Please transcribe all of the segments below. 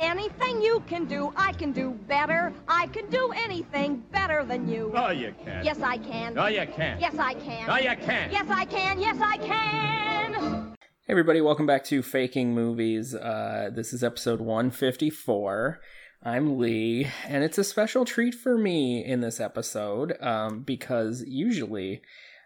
Anything you can do, I can do better. I can do anything better than you. No, you can't. Yes, I can. No, you can't. Yes, I can. No, you can't. Yes, I can. Yes, I can. Hey everybody, welcome back to Faking Movies. Uh, this is episode 154. I'm Lee, and it's a special treat for me in this episode um, because usually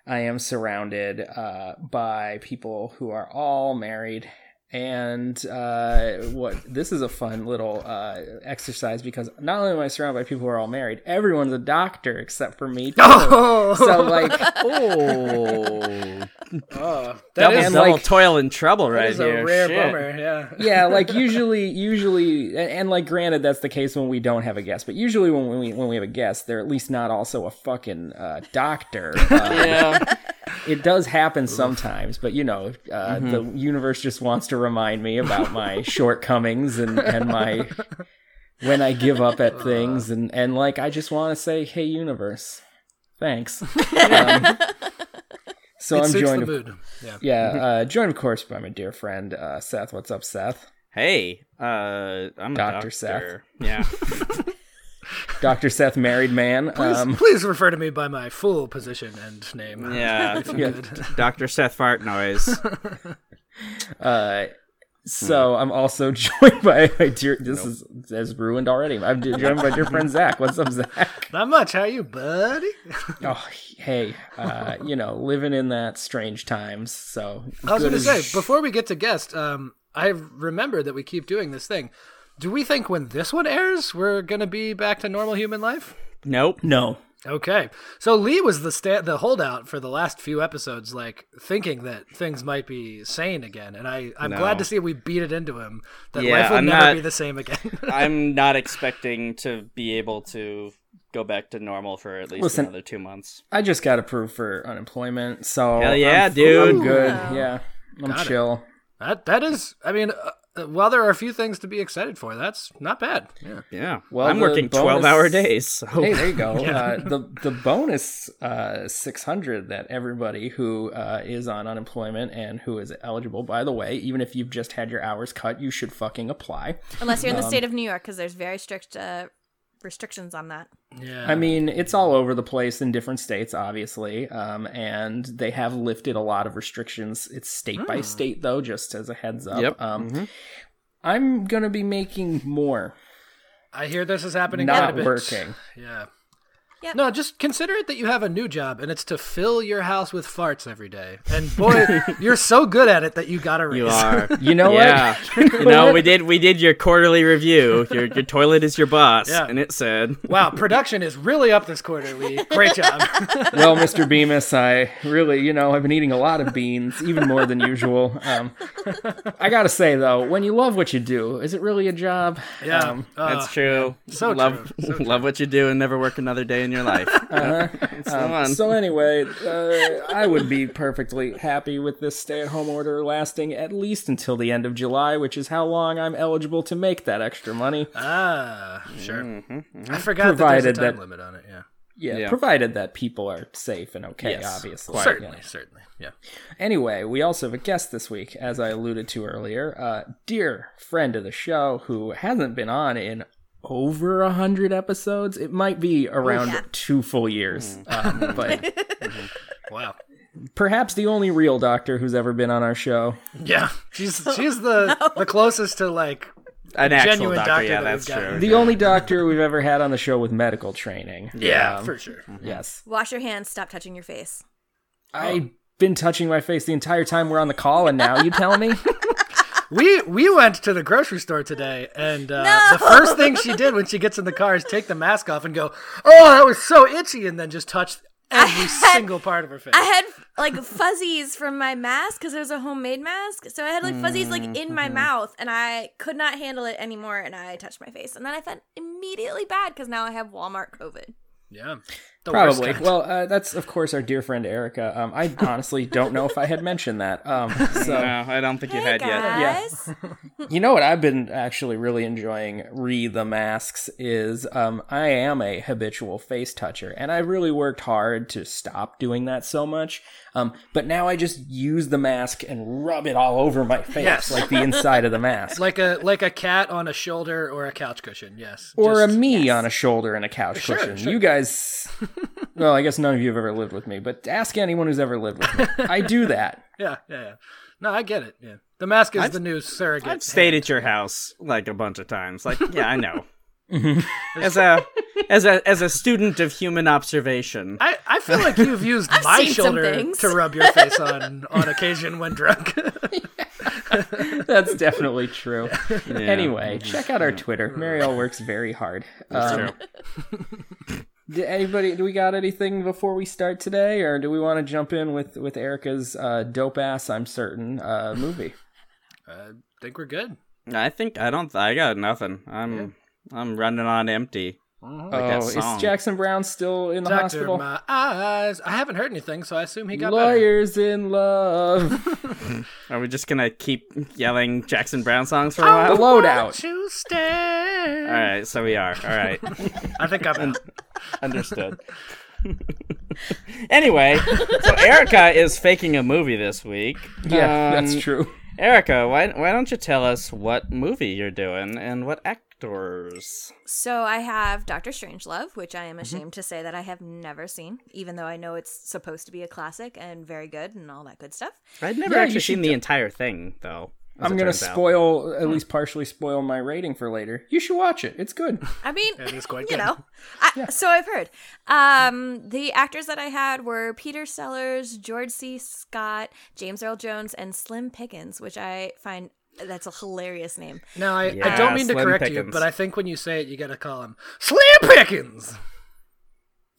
I am surrounded uh, by people who are all married. And uh, what this is a fun little uh, exercise because not only am I surrounded by people who are all married, everyone's a doctor except for me. Too. So like, oh, That double, is, And, double like, toil and trouble right that is here. a rare Shit. bummer. Yeah. yeah like usually usually and, and like granted that's the case when we don't have a guest but usually when we when we have a guest they're at least not also a fucking uh, doctor Uh, Yeah, it does happen sometimes but you know uh, the universe just wants to remind me about my shortcomings and and my when i give up at things and and like i just want to say hey universe thanks Um, so it i'm suits joined the mood. Mm-hmm. Yeah. yeah uh joined of course by my dear friend uh seth what's up seth Hey, uh, I'm a Dr. doctor. Seth. Yeah. Dr. Seth Married Man. Please, Um, please refer to me by my full position and name. Yeah. If you Yeah. could. Dr. Seth Fart Noise. uh, so I'm also joined by my dear. This is has ruined already. I'm joined by dear friend Zach. What's up, Zach? Not much. How you, buddy? Oh, hey, uh, you know, living in that strange times. So I was going to say before we get to guest, um, I remember that we keep doing this thing. Do we think when this one airs, we're going to be back to normal human life? Nope. no, Okay, so Lee was the sta- the holdout for the last few episodes, like thinking that things might be sane again, and I I'm No. glad to see we beat it into him that Yeah, life will I'm never not- be the same again. I'm not expecting to be able to go back to normal for at least Listen. another two months. I just got approved for unemployment. So Hell yeah, I'm- dude. I'm good. Yeah, I'm Got it. chill. that that is, I mean, uh, while there are a few things to be excited for, that's not bad. Yeah. Yeah. Well, Well, I'm the working bonus- 12 hour days. So. Hey, there you go. uh, the the bonus uh, six hundred that everybody who uh, is on unemployment and who is eligible, by the way, even if you've just had your hours cut, you should fucking apply. Unless you're in the Um, state of New York, because there's very strict uh, restrictions on that. Yeah. I Uh-huh. mean, it's all over the place in different states, obviously, um, and they have lifted a lot of restrictions. It's state by state, though, just as a heads up. Hmm. Yep. Mm-hmm. Um, I'm gonna be making more, I hear this is happening quite a not bit. working. Yeah. Yep. No, just consider it that you have a new job and it's to fill your house with farts every day. And boy, you're so good at it that you got to raise. You are. You know yeah. what? you know, we did we did your quarterly review. Your your toilet is your boss, Yeah. and it said Wow, production is really up this quarter, Lee. Great job. well, Mr. Bemis, I really, you know, I've been eating a lot of beans, even more than usual. Um, I gotta say though, when you love what you do, is it really a job? Yeah. Um, Uh, That's true. So love true, Uh-huh. so love what you do and never work another day in your life. It's the one. so anyway, uh, I would be perfectly happy with this stay-at-home order lasting at least until the end of July, which is how long I'm eligible to make that extra money. Ah, sure. I forgot that there's a Provided time that- limit on it. Yeah, Yeah, Yeah. provided that people are safe and okay, obviously. certainly, certainly. Yeah. Anyway, we also have a guest this week, as I alluded to earlier. Uh, dear friend of the show who hasn't been on in over a hundred episodes. It might be around yeah. two full years, um, but Wow. perhaps the only real doctor who's ever been on our show. Yeah, she's she's the the closest to like An actual genuine doctor, doctor yeah, that that's we've got. true. The only doctor we've ever had on the show with medical training. yeah for sure. Yes, Wash your hands. Stop touching your face. I've been touching my face the entire time we're on the call, and now you tell me. We we went to the grocery store today, and uh, the first thing she did when she gets in the car is take the mask off and go, "Oh, that was so itchy," and then just touch every single part of her face. I had like fuzzies from my mask because it was a homemade mask. So I had like fuzzies like Mm, in mm-hmm. my mouth, and I could not handle it anymore, and I touched my face, and then I felt immediately bad because now I have Walmart COVID. yeah, The worst Probably. kind. Well, uh, that's of course our dear friend Erica. Um, I honestly don't know if I had mentioned that. Um, so No, I don't think you Hey had yet. guys. you know what I've been actually really enjoying re the masks is um, I am a habitual face toucher, and I really worked hard to stop doing that so much. Um, but now I just use the mask and rub it all over my face, Yes. like the inside of the mask. like a like a cat on a shoulder or a couch cushion. Yes. or Just- a me on a shoulder and a couch Sure, cushion. sure. You guys, well, I guess none of you have ever lived with me, but ask anyone who's ever lived with me. I do that. yeah, yeah, yeah. No, I get it. Yeah. The mask is the new surrogate. I've stayed at your house like a bunch of times. Like, yeah, I know. as a as a as a student of human observation, I, I feel like you've used my seen some shoulder things. to rub your face on on occasion when drunk. That's definitely true. Anyway, Mhm. check out our Twitter. Mariel works very hard. Um, true. did anybody? Do we got anything before we start today, or do we want to jump in with with Erica's uh, dope ass? I'm certain uh, movie. I think we're good. I think I don't. I got nothing. I'm I'm running on empty. Like that oh, song. is Jackson Brown still in the Doctor, hospital? my eyes. I haven't heard anything, so I assume he got better. Lawyers in love. Are we just gonna keep yelling Jackson Brown songs for a the while? loadout. To All stay. right, so we are. All right, I think I'm. out. understood. anyway, so Erica is faking a movie this week. Yeah, that's Um, true. Erica, why why don't you tell us what movie you're doing and what actors? So I have Doctor Strangelove, which I Mm-hmm. am ashamed to say that I have never seen, even though I know it's supposed to be a classic and very good and all that good stuff. I'd never Yeah, you actually should seen the entire thing though. as I'm it gonna turns out. spoil, at least partially spoil my rating for later. You should watch it. It's good. I mean, It is quite you good. know. I, So I've heard. Um, the actors that I had were Peter Sellers, George C. Scott, James Earl Jones, and Slim Pickens, which I find that's a hilarious name. No, I, I Yeah, don't mean to Slim correct you, Pickens. but I think when you say it, you got to call him Slim Pickens.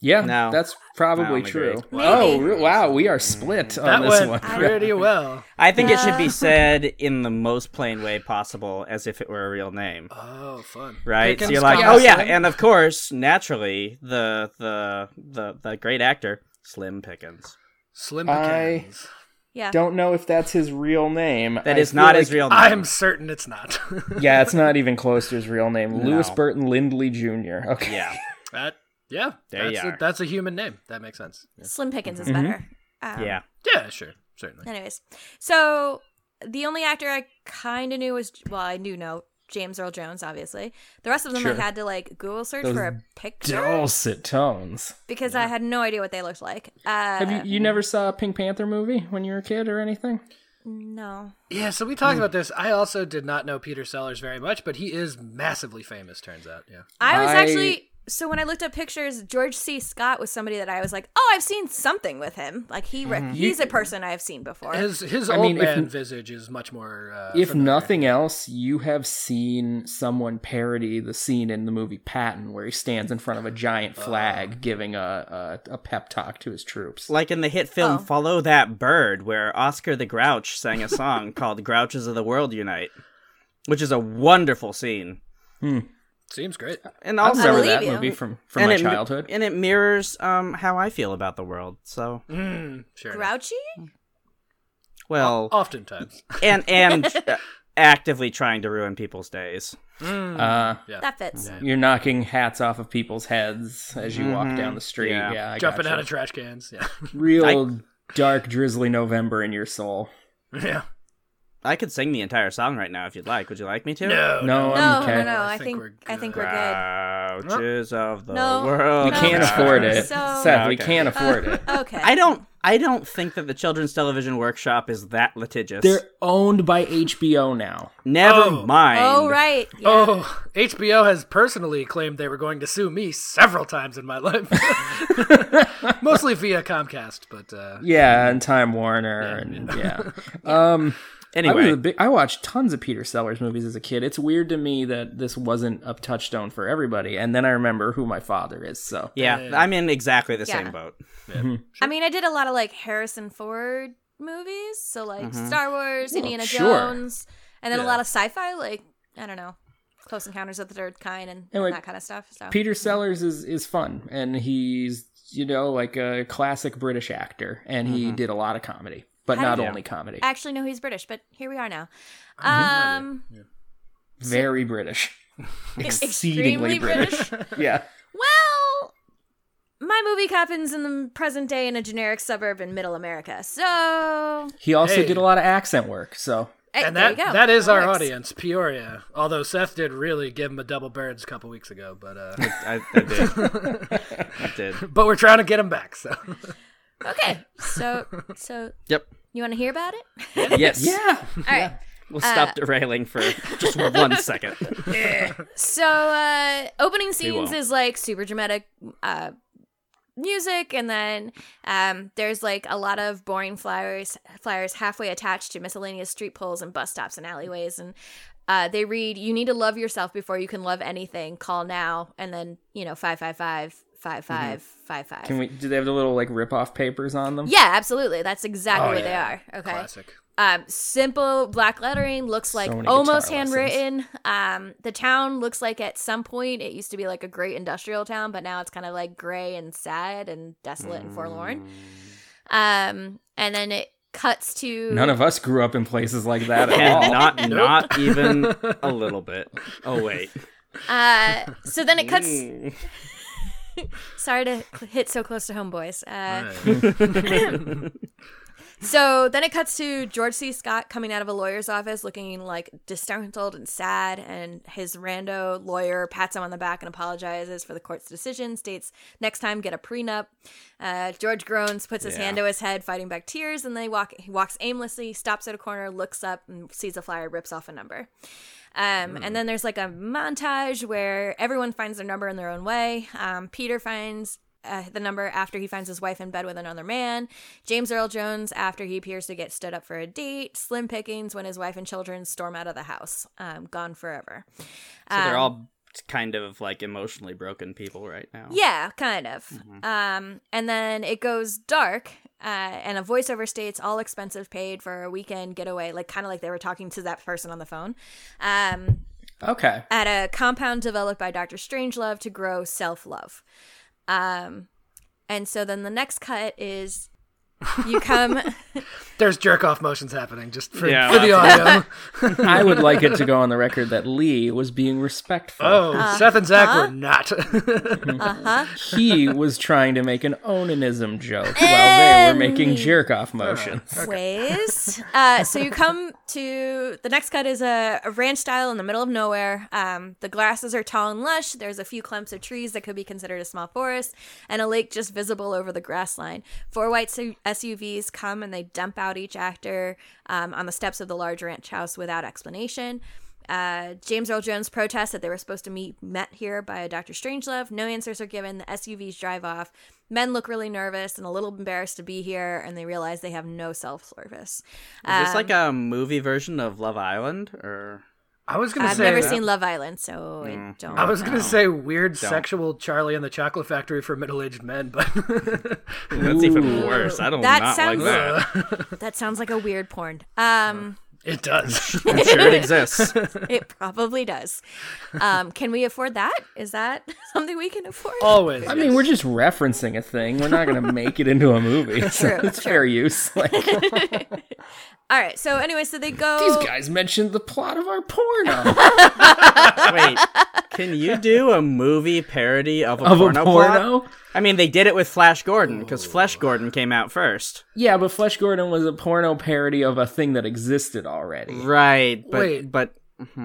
Yeah, No. that's probably I don't true. agree. Oh, re- wow, we are split That on this went one. pretty well. I think it should be said in the most plain way possible, as if it were a real name. Oh, fun. Right? Pickens, so you're like, Scott, oh yeah, Slim. and of course, naturally, the the the the great actor Slim Pickens. Slim I- Pickens. Yeah. Don't know if that's his real name. That I is feel not like- his real name. I'm certain it's not. Yeah, it's not even close to his real name. No. Lewis Burton Lindley Jr. Okay. Yeah. that, yeah, There you that's, are. a, that's a human name. That makes sense. Yeah, Slim Pickens is Mhm. better. Um, Yeah. Mm-hmm. Yeah, sure, certainly. Anyways, so the only actor I kind of knew was well, I knew no James Earl Jones, obviously. The rest of them Sure. I had to like Google search Those for a picture Dulcet tones. because I had no idea what they looked like. Uh, Have you you never saw a Pink Panther movie when you were a kid or anything? No. Yeah, so we talked Hmm. about this. I also did not know Peter Sellers very much, but he is massively famous. Turns out, yeah. I was I- actually so when I looked up pictures, George C. Scott was somebody that I was like, oh, I've seen something with him. Like he, rec- he's a person I've seen before. His his I old mean, if- man visage is much more. Uh, if familiar. nothing else, you have seen someone parody the scene in the movie Patton where he stands in front of a giant flag giving a, a, a pep talk to his troops. Like in the hit film Oh. Follow That Bird, where Oscar the Grouch sang a song called Grouches of the World Unite, which is a wonderful scene. seems great. And I also, remember believe that you. movie from, from and my it- childhood. And it mirrors um, how I feel about the world. So, Mm, sure. enough. Grouchy? well, Oh, Oftentimes, and and uh, actively trying to ruin people's days. Mm, uh, yeah. That fits. Yeah. you're knocking hats off of people's heads as you walk down the street. Yeah. Mm-hmm. Yeah, I jumping gotcha. out of trash cans. Yeah, real dark, drizzly November in your soul. yeah. I could sing the entire song right now if you'd like. Would you like me to? No, No, No, I'm okay. no, no. I think I think we're good. Grouches of the No. world. You No. can't afford it, So- Seth. We Okay. can't afford it. Okay. I don't. I don't think that the Children's Television Workshop is that litigious. They're owned by HBO now. Never Oh. mind. Oh right. Yeah. Oh, HBO has personally claimed they were going to sue me several times in my life, mostly via Comcast. But uh, Yeah, and Time Warner, and yeah. Um, I, was Anyway, a big, I watched tons of Peter Sellers movies as a kid. It's weird to me that this wasn't a touchstone for everybody, and then I remember who my father is. So yeah, I'm in exactly the Yeah. same boat. I mean, I did a lot of like Harrison Ford movies, so like Star Wars, Indiana sure. Jones, and then a Yeah. lot of sci-fi, like I don't know, Close Encounters of the Third Kind and, and Anyway, that kind of stuff. So Peter Sellers is is fun, and he's you know, like a classic British actor, and he did a lot of comedy, but How not did- only comedy. Actually, no, he's British, but here we are now. Um, Very British, extremely exceedingly British. yeah, Well, my movie happens in the present day in a generic suburb in middle America. So, he also Hey. did a lot of accent work. So hey, and there that you go. that is our Works. audience, Peoria. Although Seth did really give him a double birds a couple weeks ago, but uh, I, I did. I did. but we're trying to get him back. So Okay. So, so Yep. you want to hear about it? Yes. yeah, All right. We'll Uh, stop derailing for just one second. So, uh, opening scenes won't. is like super dramatic uh, music, and then um, there's like a lot of boring flyers, flyers halfway attached to miscellaneous street poles and bus stops and alleyways, and uh, they read, "You need to love yourself before you can love anything. Call now." And then you know, five five five five five five five. Mm-hmm. can we? Do they have the little like rip-off papers on them? Yeah, absolutely. That's exactly Oh, what yeah. they are. Okay classic. um, simple black lettering looks like many almost guitar handwritten um, the town looks like at some point it used to be like a great industrial town but now it's kind of like gray and sad and desolate and forlorn um, and then it cuts to None of us grew up in places like that at all. And not not even a little bit. Oh wait. uh, so then it cuts sorry to cl- hit so close to home boys uh, So then it cuts to George C. Scott coming out of a lawyer's office looking like disgruntled and sad, and his rando lawyer pats him on the back and apologizes for the court's decision, states, next time get a prenup. Uh, George groans, puts his Yeah. hand to his head, fighting back tears, and they walk he walks aimlessly, stops at a corner, looks up and sees a flyer, rips off a number. Um, And then there's like a montage where everyone finds their number in their own way. Um, Peter finds uh, the number after he finds his wife in bed with another man. James Earl Jones after he appears to get stood up for a date. Slim Pickings when his wife and children storm out of the house, um, gone forever. So they're Um, all kind of like emotionally broken people right now. yeah, kind of. Um, and then it goes dark, uh, and a voiceover states all expenses paid for a weekend getaway, like kind of like they were talking to that person on the phone, um, Okay. at a compound developed by Doctor Strangelove to grow self love. Um, and so then the next cut is you come. There's jerk off motions happening just for, Yeah, for the audio. I would like it to go on the record that Lee was being respectful. oh, Uh, Seth and Zach were not. He was trying to make an onanism joke while they were making jerk off Oh, motions. ways. Uh, so you come to the next cut is a, a ranch style in the middle of nowhere. Um, the grasses are tall and lush. There's a few clumps of trees that could be considered a small forest, and a lake just visible over the grass line. Four white su- SUVs come and they dump out each actor um, on the steps of the large ranch house without explanation. Uh, James Earl Jones protests that they were supposed to meet met here by a Dr. Strangelove. No answers are given. The SUVs drive off. Men look really nervous and a little embarrassed to be here, and they realize they have no self service. Is this like a movie version of Love Island or I was gonna I've say. never seen Love Island, so I don't. I was gonna know. say weird sexual Charlie and the Chocolate Factory for middle aged men, but that's even worse. I don't That not sounds- like that. that sounds like a weird porn. Um, it does. I'm sure it exists. it probably does. Um, can we afford that? Is that something we can afford? Always. I mean, we're just referencing a thing. We're not going to make it into a movie. So True, it's fair use. Like All right. So anyway, so they go. these guys mentioned the plot of our porno. Wait, can you do a movie parody of a Of a porno? porno? plot? I mean, they did it with Flash Gordon because Flash Gordon came out first, yeah, but Flesh Gordon was a porno parody of a thing that existed already. right? But Wait. but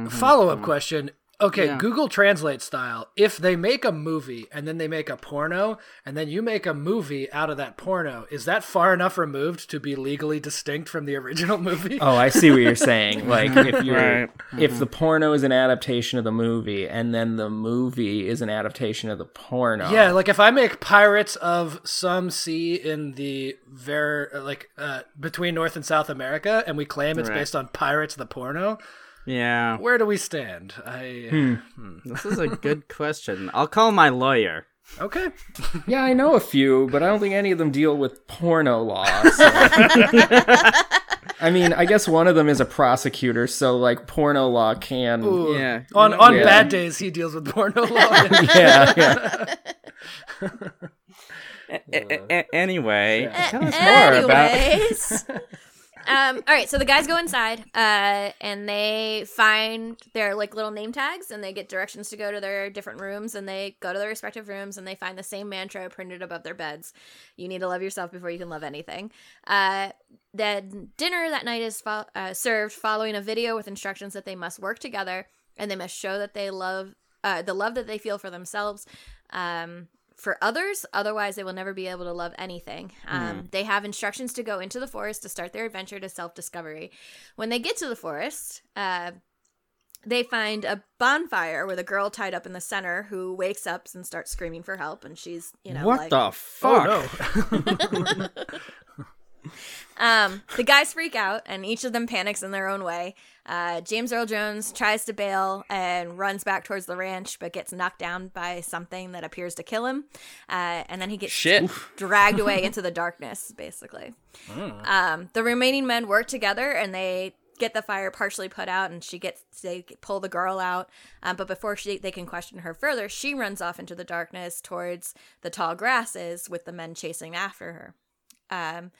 Follow up question. Okay, Google Translate style. If they make a movie and then they make a porno and then you make a movie out of that porno, is that far enough removed to be legally distinct from the original movie? Oh, I see what you're saying. Like if you're Right. if the porno is an adaptation of the movie and then the movie is an adaptation of the porno. Yeah, like if I make Pirates of some sea in the ver like uh, between North and South America, and we claim it's Right. based on Pirates of the Porno, yeah, where do we stand? I this is a good question. I'll call my lawyer. okay. Yeah, I know a few, but I don't think any of them deal with porno law. so- I mean, I guess one of them is a prosecutor, so like porno law can. Yeah, On on Yeah. bad days, he deals with porno law. Yeah, yeah. A- a- anyway, A- tell us more about. Anyways. um, all right, so the guys go inside uh, and they find their like little name tags and they get directions to go to their different rooms and they go to their respective rooms and they find the same mantra printed above their beds. You need to love yourself before you can love anything. Uh, then dinner that night is fo- uh, served following a video with instructions that they must work together and they must show that they love uh, the love that they feel for themselves um, for others otherwise they will never be able to love anything Mm-hmm. um, they have instructions to go into the forest to start their adventure to self-discovery when they get to the forest uh, they find a bonfire with a girl tied up in the center who wakes up and starts screaming for help and she's you know what like, the Oh fuck? no. Um, the guys freak out, and each of them panics in their own way. Uh, James Earl Jones tries to bail and runs back towards the ranch, but gets knocked down by something that appears to kill him. Uh, and then he gets Shit. dragged away into the darkness, basically. Um, the remaining men work together, and they get the fire partially put out, and she gets they pull the girl out. Um, but before she they can question her further, she runs off into the darkness towards the tall grasses, with the men chasing after her. Um,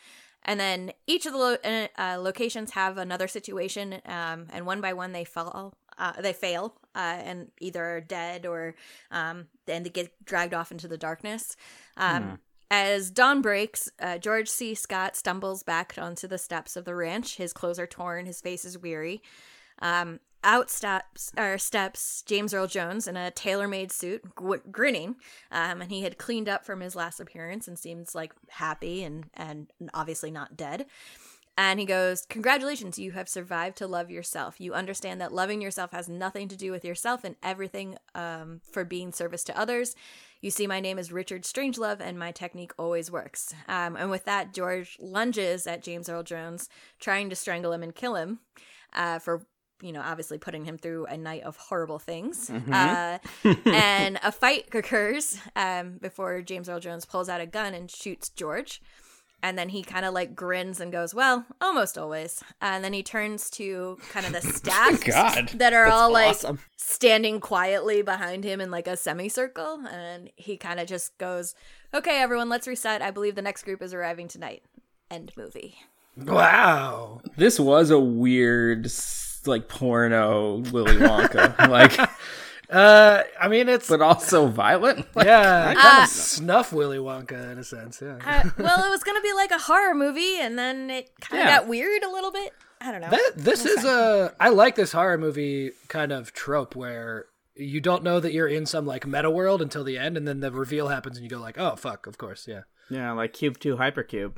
and then each of the lo- uh, uh, locations have another situation, um, and one by one they fall, uh, they fail, uh, and either are dead or um, then they get dragged off into the darkness. Um, As dawn breaks, uh, George C. Scott stumbles back onto the steps of the ranch. His clothes are torn, his face is weary. Um, out steps or steps James Earl Jones in a tailor-made suit, gw grinning, um, and he had cleaned up from his last appearance and seems like happy and and obviously not dead. And he goes, "Congratulations, you have survived to love yourself. You understand that loving yourself has nothing to do with yourself and everything um, for being service to others. You see, my name is Richard Strangelove, and my technique always works." Um, and with that, George lunges at James Earl Jones, trying to strangle him and kill him uh, for you know obviously putting him through a night of horrible things Mm-hmm. uh, and a fight occurs um, before james earl jones pulls out a gun and shoots george and then he kind of like grins and goes well almost always and then he turns to kind of the staff God, that are all like awesome. standing quietly behind him in like a semicircle and he kind of just goes okay everyone let's reset i believe the next group is arriving tonight end movie Wow. This was a weird, s- like porno Willy Wonka, like, Uh, I mean, it's but also violent. Like, yeah, kind of snuff Willy Wonka in a sense. Yeah. Uh, well, it was gonna be like a horror movie, and then it kind of Yeah. got weird a little bit. I don't know. That, this is a. I like this horror movie kind of trope where you don't know that you're in some like meta world until the end, and then the reveal happens, and you go like, "Oh fuck!" Of course, yeah. Yeah, like Cube Two Hypercube.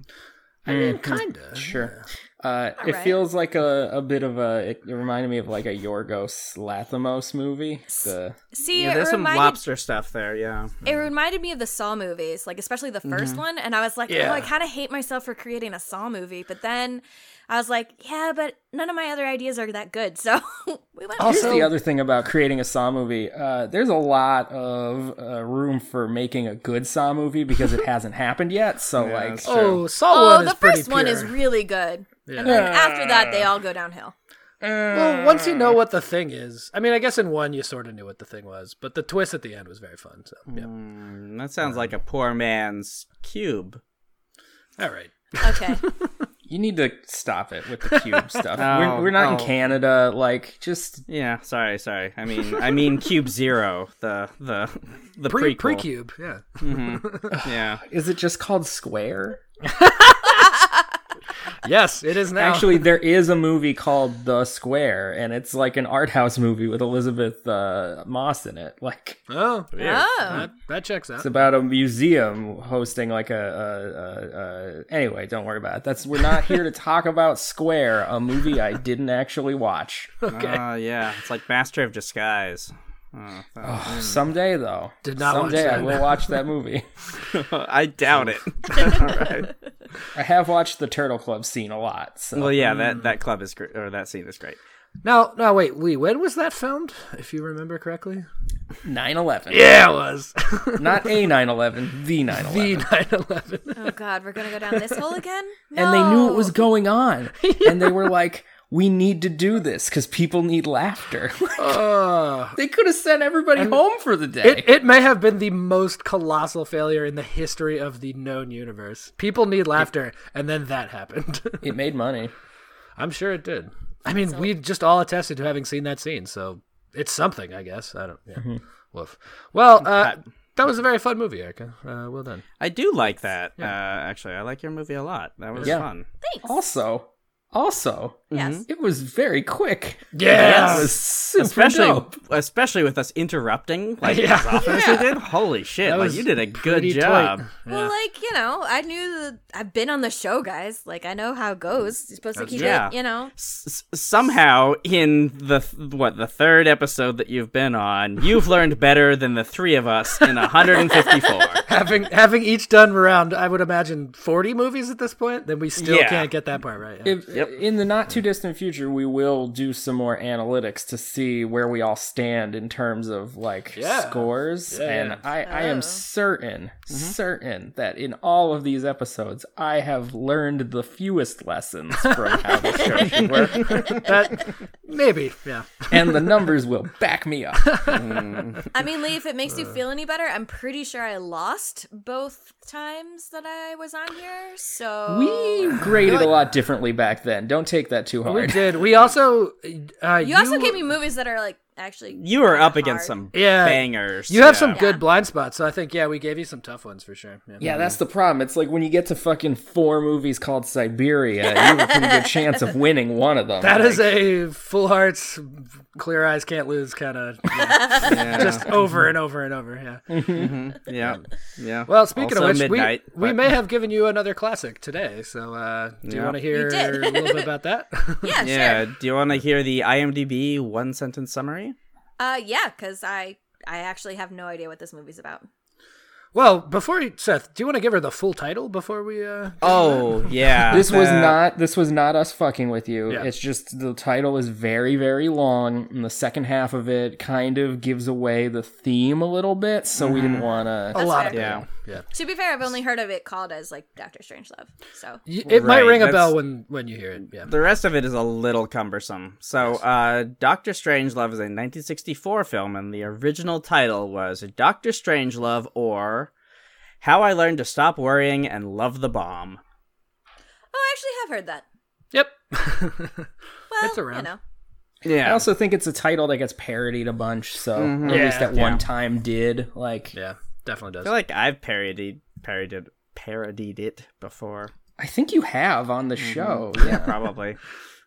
I mean, kinda. Hmm. Sure. Uh, it Alright. feels like a, a bit of a. It reminded me of like a Yorgos Lathimos movie. The See, Yeah, it there's some reminded lobster stuff there. Yeah, it reminded me of the Saw movies, like especially the 1st one. And I was like, Yeah. oh, I kind of hate myself for creating a Saw movie, but then I was like, yeah, but none of my other ideas are that good, so we went. Here's Also- the other thing about creating a Saw movie. Uh, there's a lot of uh, room for making a good Saw movie because it hasn't happened yet. So like, that's true. Oh, Saw Oh, one the is pretty first one is pure. really good, Yeah. and then after that, they all go downhill. Well, once you know what the thing is, I mean, I guess in one you sort of knew what the thing was, but the twist at the end was very fun. So, yeah. Mm, that sounds like a poor man's cube. All right. Okay, you need to stop it with the cube stuff. Oh, we're, we're not in oh. Canada. Like, just Yeah, sorry, sorry. I mean, I mean Cube Zero, the the the Pre prequel. pre cube. Yeah. Yeah, is it just called Square? yes, it is now. Actually, there is a movie called The Square, and it's like an art house movie with Elizabeth uh, Moss in it. Like, oh, oh, that, that checks out. It's about a museum hosting like a, a, a, a. Anyway, don't worry about it. That's we're not here to talk about Square, a movie I didn't actually watch. Uh, yeah. It's like Master of Disguise. Uh, Someday though, Did not watch someday I that. will watch that movie. I doubt it. All right. I have watched the Turtle Club scene a lot. So Well, yeah, that that club is great, or that scene is great. No, no, wait, Lee, when was that filmed, if you remember correctly? 9/11, Yeah, it was. not a 9/11, the 9/11. the 9 11. oh god, we're gonna go down this hole again. and they knew No. it was going on and they were like we need to do this because people need laughter. Uh, they could have sent everybody home for the day. it, it may have been the most colossal failure in the history of the known universe. People need laughter, and then that happened. it made money. I'm sure it did. I mean, we just all attested to having seen that scene, so it's something, I guess. I don't. Yeah. Woof. Well, uh, that was a very fun movie, Erica. Uh, well done. I do like that. Uh, actually, I like your movie a lot. That was Yeah. fun. Thanks. Also, also, Yes. it was very quick. Yes. That was super especially dope. especially with us interrupting like Yeah. as often as we did. Holy shit! That like was you did a good pretty job. tight. Well, like you know, I knew that I've been on the show, guys. Like I know how it goes. You're supposed to keep Yeah. it, you know. S- s- somehow, in the th- what the third episode that you've been on, you've learned better than the three of us in 154. having having each done around, I would imagine forty movies at this point. Then we still Yeah. can't get that part right. Yeah. If, In the not too distant future, we will do some more analytics to see where we all stand in terms of like Yeah. scores. Yeah, Mm-hmm. and yeah. I, I am Oh. certain, certain that in all of these episodes, I have learned the fewest lessons from how the show should work, that maybe, yeah. and the numbers will back me up. I mean, Lee, if it makes Uh. you feel any better, I'm pretty sure I lost both times that I was on here. So We graded a lot differently back then. Don't take that too We hard. did. We also uh, you also gave me movies that are like actually You are up kinda against hard. some Yeah. bangers. You have Yeah. some good blind spots, so I think yeah, we gave you some tough ones for sure. Yeah, that's the problem. It's like when you get to fucking four movies called Siberia, you have a pretty good chance of winning one of them. That Like, is a full hearts, clear eyes can't lose kind of just over and over and over. Yeah. Yeah, yeah. Well, speaking Also of which, midnight, we, we but- may have given you another classic today. So uh, do you Yeah. want to hear a did. little bit about that? Yeah, yeah. sure. Do you want to hear the IMDb one sentence summary? Uh, yeah, because I I actually have no idea what this movie's about. well, before you, Seth, do you want to give her the full title before we? Uh, Oh yeah, This was Uh, not this was not us fucking with you. Yeah. It's just the title is very very long and the second half of it kind of gives away the theme a little bit, so we Mm-hmm. didn't want to a lot fair. of Yeah. people. Yeah. To be fair, I've only heard of it called as like Doctor Strangelove. So Y- It might Right, ring a that's- bell when when you hear it. Yeah. The rest of it is a little cumbersome. So, uh, Doctor Strangelove is a 1964 film, and the original title was Doctor Strangelove or How I Learned to Stop Worrying and Love the Bomb. oh, I actually have heard that. Yep. Well, It's around. you know. I Yeah. also think it's a title that gets parodied a bunch, so at Mm-hmm. Yeah, least at yeah. one time did like yeah. Definitely I feel does. like I've parodied, parodied, parodied it before. I think you have on Mm-hmm. the show. Yeah, probably.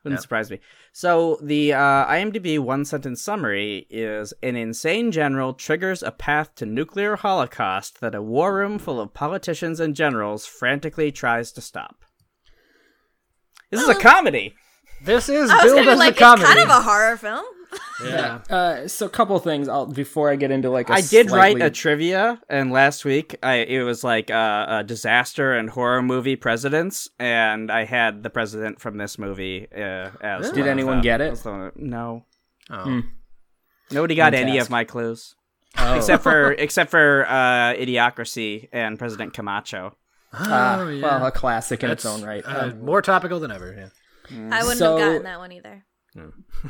Wouldn't surprise me. So the uh, IMDb one sentence summary is: An insane general triggers a path to nuclear holocaust that a war room full of politicians and generals frantically tries to stop. This is a comedy. This is I was billed gonna be as like, a it's comedy. kind of a horror film. yeah. Uh, so a couple things I'll, before I get into like I I did write a slightly- trivia, and last week I it was like uh, a disaster and horror movie presidents, and I had the president from this movie uh, as. Did one of anyone the- get it? as the one- No, Oh. Hmm. nobody got One any task. of my clues. Oh. except for except for uh, Idiocracy and President Camacho. Ah, Oh, yeah. well, a classic in That's, its own right. Uh, Um, more topical than ever. Yeah. I wouldn't So- have gotten that one either.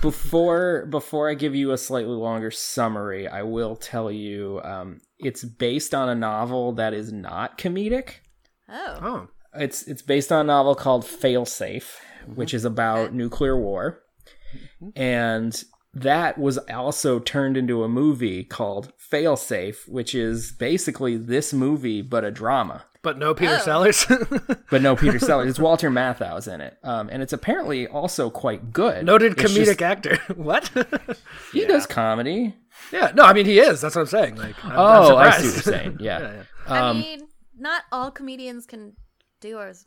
before before I give you a slightly longer summary, I will tell you um, it's based on a novel that is not comedic. Oh. Oh. It's it's based on a novel called Failsafe, which is about nuclear war, Mm-hmm. and that was also turned into a movie called Failsafe, which is basically this movie but a drama. But no Oh. Peter Sellers. But no Peter Sellers. It's Walter Matthau's in it, um, and it's apparently also quite good. Noted It's comedic just- actor. what? he does comedy. yeah. No, I mean he is. That's what I'm saying. Like. I'm, I'm Oh, I see what surprised. you're saying. Yeah. Yeah, I Um, mean, not all comedians can do ours.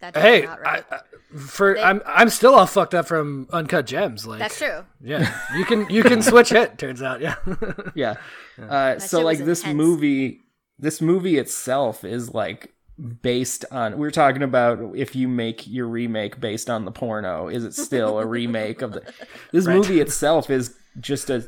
That does Hey, not right. I, I- for I'm I'm still all fucked up from Uncut Gems. Like That's true. Yeah, you can you can switch hit. Turns out, yeah. yeah. Uh, so shit like was this intense. movie, this movie itself is like based on. We were talking about if you make your remake based on the porno, is it still a remake of the? This movie itself is just a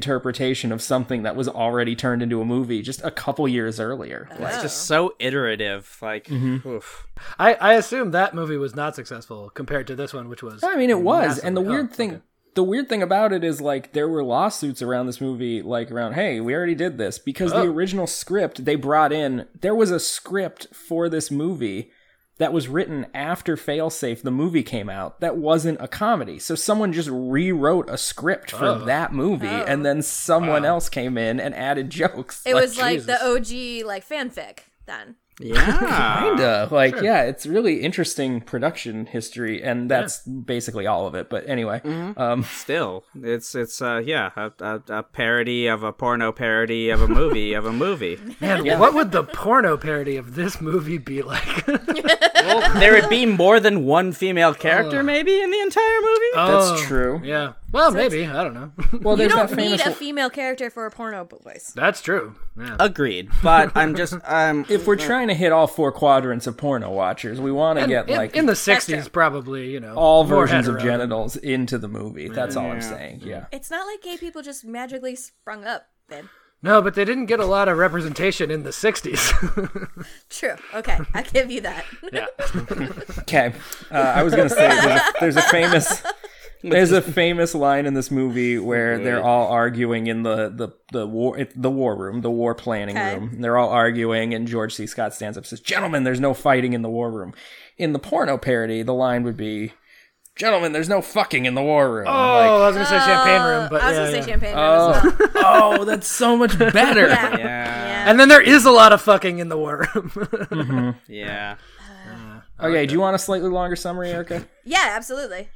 reinterpretation of something that was already turned into a movie just a couple years earlier. It's just so iterative. Like, Mm-hmm. oof. I, I assume that movie was not successful compared to this one, which was. I mean, it was, massively- and the oh, weird thing. okay. The weird thing about it is like there were lawsuits around this movie, like around, hey, we already did this because Oh. the original script they brought in, there was a script for this movie that was written after Failsafe, the movie came out, that wasn't a comedy. So someone just rewrote a script for Oh. that movie, and then someone else came in and added jokes. Oh. It was like Jesus. the OG like fanfic then. Yeah. kinda like yeah it's really interesting production history and that's basically all of it but anyway Mm-hmm. um Still, it's it's uh yeah a, a, a parody of a porno parody of a movie of a movie. Man, what would the porno parody of this movie be like? Well, there would be more than one female character, maybe in the entire movie. that's true Oh, Yeah. Well, maybe. I don't know. well You there's don't that need famous a female character for a porno voice. That's true. Yeah. Agreed, but I'm just um if we're trying to hit all four quadrants of porno watchers we want to get in, like in the 60s, probably, you know. all more versions of hetero. genitals into the movie that's all i'm saying yeah It's not like gay people just magically sprung up, babe. No, but they didn't get a lot of representation in the 60s. True. Okay, I give you that. yeah. okay uh, i was gonna say there's a, there's a famous there's a famous line in this movie where they're all arguing in the the the war it- the war room, the war planning Okay. room. They're all arguing, and George C. Scott stands up and says, "Gentlemen, there's no fighting in the war room." In the porno parody, the line would be, "Gentlemen, there's no fucking in the war room." Oh, I'm like, I was going to say champagne room, but Oh, Uh, I was yeah, gonna yeah. say champagne room as well. oh, that's so much better. Yeah. yeah And then there is a lot of fucking in the war room. yeah. Okay, do you want a slightly longer summary, Erica? Yeah, absolutely.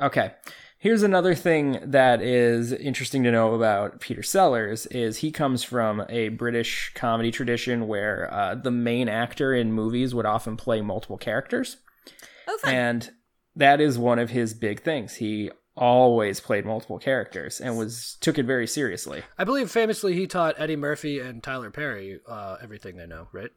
Okay. Here's another thing that is interesting to know about Peter Sellers is he comes from a British comedy tradition where uh, the main actor in movies would often play multiple characters, Oh, fun. and that is one of his big things. He always played multiple characters and was took it very seriously. I believe famously he taught Eddie Murphy and Tyler Perry uh, everything they know, right?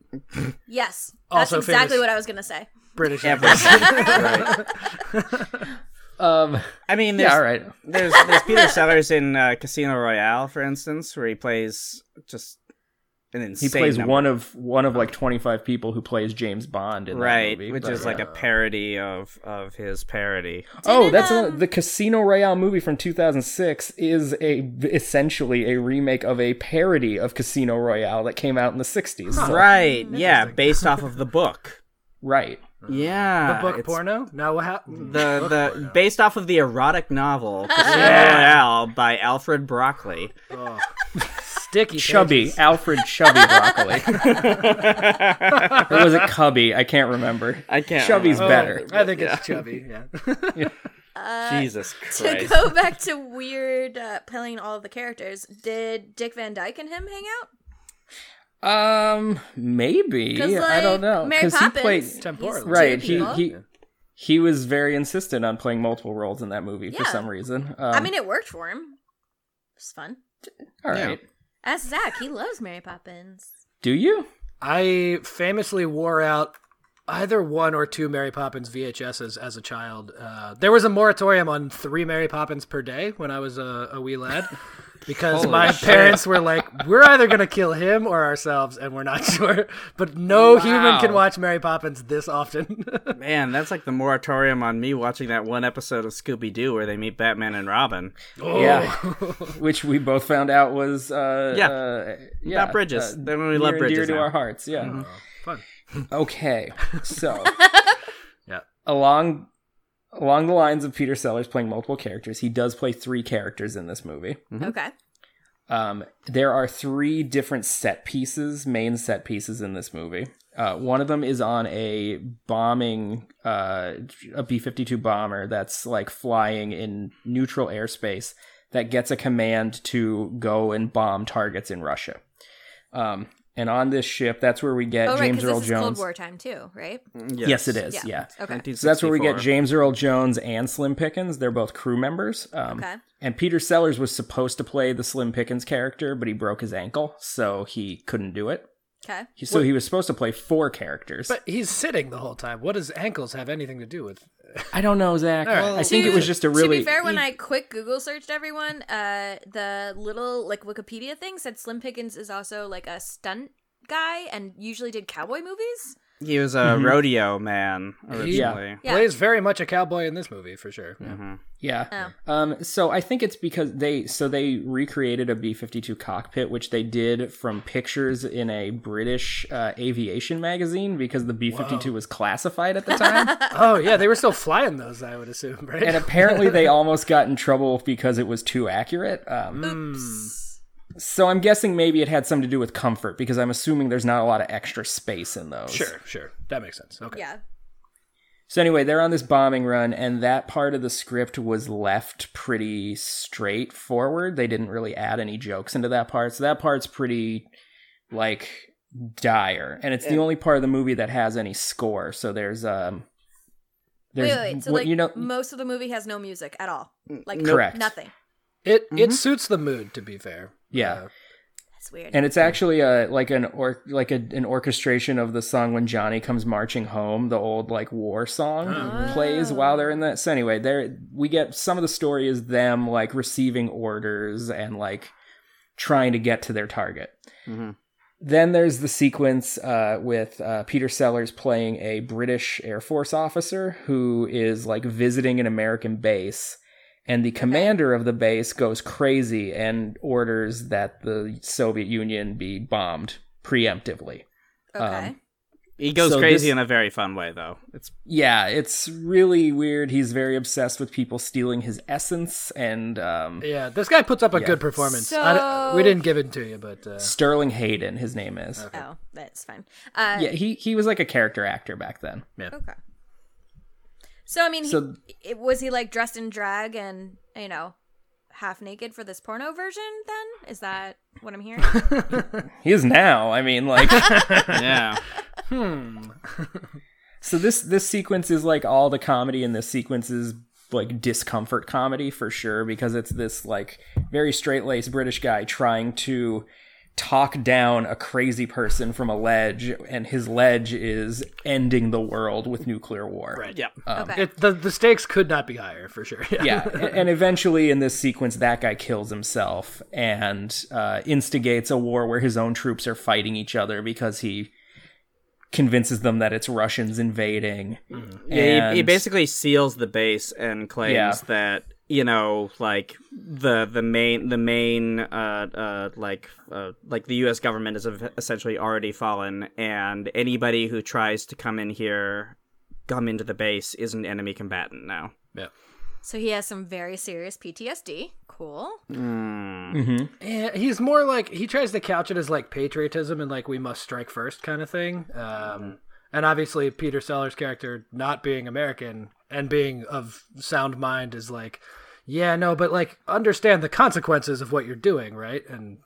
yes, that's Also exactly famous. what I was gonna say. British. Um, I mean, there's, yeah, all right. there's there's Peter Sellers in uh, Casino Royale, for instance, where he plays just an He insane. plays number- one of one of like 25 people who plays James Bond in that right, movie, which but, is like uh, a parody of of his parody. Oh, Didn't, that's a, um, the Casino Royale movie from 2006 is a essentially a remake of a parody of Casino Royale that came out in the 60s. So- Right, yeah, based off of the book. Right. Yeah, The book Ah, it's porno? No, what happened? The the based off of the erotic novel Casino Royale by Alfred Broccoli. Oh. Sticky. Chubby, pages. Alfred Chubby Broccoli. or was it Cubby? I can't remember. I can't Chubby's remember. better. Oh, I think it's chubby, yeah. Jesus to Christ! go back to weird uh, playing all of the characters, did Dick Van Dyke and him hang out? Um, maybe. Because like I don't know. Mary he played. Poppins, Temporally. he's Right. two He, people. he, he was very insistent on playing multiple roles in that movie for Yeah. some reason. Um, I mean, it worked for him. It's fun. all Yeah. right. Ask Zach. He loves Mary Poppins. Do you? I famously wore out either one or two Mary Poppins VHSs as a child. Uh, there was a moratorium on three Mary Poppins per day when I was a, a wee lad. Because Holy my shit. parents were like, we're either going to kill him or ourselves, and we're not sure. But no human can Wow. watch Mary Poppins this often. Man, that's like the moratorium on me watching that one episode of Scooby Doo where they meet Batman and Robin. Yeah, which we both found out was uh, Yeah. uh, yeah About Bridges. uh, Then we near love and Bridges dear Mm-hmm. to now. our hearts. Yeah. Oh, Fun. Okay, so Yeah. along along the lines of Peter Sellers playing multiple characters, he does play three characters in this movie. Okay. Um, there are three different set pieces, main set pieces in this movie. Uh, one of them is on a bombing, uh, a B 52 bomber that's like flying in neutral airspace that gets a command to go and bomb targets in Russia. Um, and on this ship, that's where we get Oh, right, James because Earl this is Cold Jones. War time too, right? Yes. it is. Yeah. Yeah. Okay. So that's where we get James Earl Jones and Slim Pickens. They're both crew members. Um, Okay. And Peter Sellers was supposed to play the Slim Pickens character, but he broke his ankle, so he couldn't do it. Okay. He- So he was supposed to play four characters. But he's sitting the whole time. What does ankles have anything to do with? I don't know, Zach. I think it was just a really. e To be fair, when he- I quick Google searched everyone, uh, the little like Wikipedia thing said Slim Pickens is also like a stunt guy and usually did cowboy movies. He was a Mm-hmm. rodeo man originally. Yeah. Plays very much a cowboy in this movie for sure. Mm-hmm. Yeah. Um, so I think it's because they so they recreated a B fifty two cockpit, which they did from pictures in a British uh, aviation magazine because the B fifty two was classified at the time, Oh yeah, they were still flying those. I would assume, right? and apparently they almost got in trouble because it was too accurate. Um, So I'm guessing maybe it had something to do with comfort because I'm assuming there's not a lot of extra space in those. sure, sure. That makes sense. Okay. Yeah. So anyway, they're on this bombing run, and that part of the script was left pretty straightforward. They didn't really add any jokes into that part, so that part's pretty like dire, and it's the only part of the movie that has any score. So there's um, Wait, there's wait, wait. So what- like you know, most of the movie has no music at all. Like Correct. nothing. It it suits the mood to be fair. Mm-hmm. Uh, Yeah. That's weird. and it's actually a like an or like a, an orchestration of the song when Johnny comes marching home, the old like war song plays while they're in that. So anyway, there we get some of the story is them like receiving orders and like trying to get to their target. Then there's the sequence uh, with uh, Peter Sellers playing a British Air Force officer who is like visiting an American base, and the commander of the base goes crazy and orders that the Soviet Union be bombed preemptively. um, okay. He goes So crazy this- in a very fun way, though. It's Yeah, it's really weird. He's very obsessed with people stealing his essence, and um, Yeah, this guy puts up a good performance. I don't- we So- didn't give it to you, but uh, Sterling Hayden, his name is. oh, that's fine. Uh, Yeah, he he was like a character actor back then. Okay. So I mean, he- So- it, was he like dressed in drag and you know half naked for this porno version? Then is that what I'm hearing? He is now. I mean, like. yeah. So this this sequence is like all the comedy in this sequence is like discomfort comedy for sure because it's this like very straight laced British guy trying to talk down a crazy person from a ledge and his ledge is ending the world with nuclear war. Right. Yep. Um, okay. it, the the stakes could not be higher for sure. Yeah, a- and eventually in this sequence that guy kills himself and uh, instigates a war where his own troops are fighting each other because he convinces them that it's Russians invading. Yeah, he, he And- basically seals the base and claims Yeah. that you know, like the the main the main uh, uh like uh, like the U.S. government has ev- essentially already fallen, and anybody who tries to come in here, come into the base, is an enemy combatant now. yeah. so he has some very serious PTSD. Cool. mm-hmm. Yeah, he's more like he tries to couch it as like patriotism and like we must strike first kind of thing. Mm-hmm. Um, and obviously Peter Sellers' character not being American and being of sound mind is like, yeah, no, but like understand the consequences of what you're doing, right? And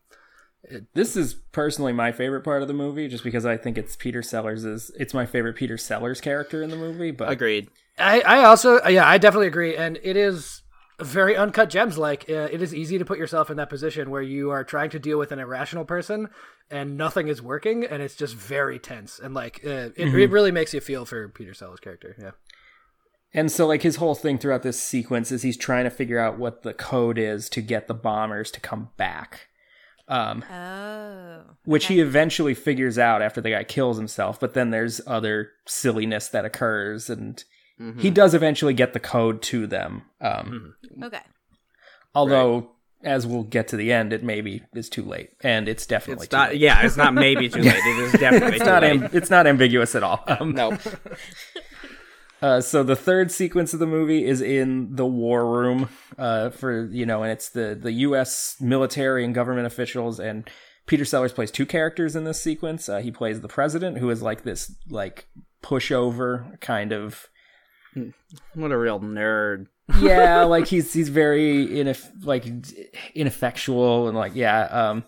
This is personally my favorite part of the movie, just because I think it's Peter Sellers is it's my favorite Peter Sellers character in the movie. But Agreed. I, I also, yeah, I definitely agree. And it is very uncut gems. Like uh, it is easy to put yourself in that position where you are trying to deal with an irrational person and nothing is working, and it's just very tense. And like uh, it, it really makes you feel for Peter Sellers' character. Yeah. and so like his whole thing throughout this sequence is he's trying to figure out what the code is to get the bombers to come back. Um, Oh. which he eventually figures out after the guy kills himself, but then there's other silliness that occurs and Mm-hmm. he does eventually get the code to them. Um, Okay. although as we'll get to the end, it maybe is too late. And it's definitely It's too not. late. Yeah, it's not maybe too late. It is definitely it's too not late. am- it's not ambiguous at all. Um, no. Uh, so the third sequence of the movie is in the war room uh, for you know, and it's the the U.S. military and government officials. And Peter Sellers plays two characters in this sequence. Uh, he plays the president, who is like this like pushover kind of What a real nerd. yeah, like he's he's very ineff- like ineffectual and like yeah. Um,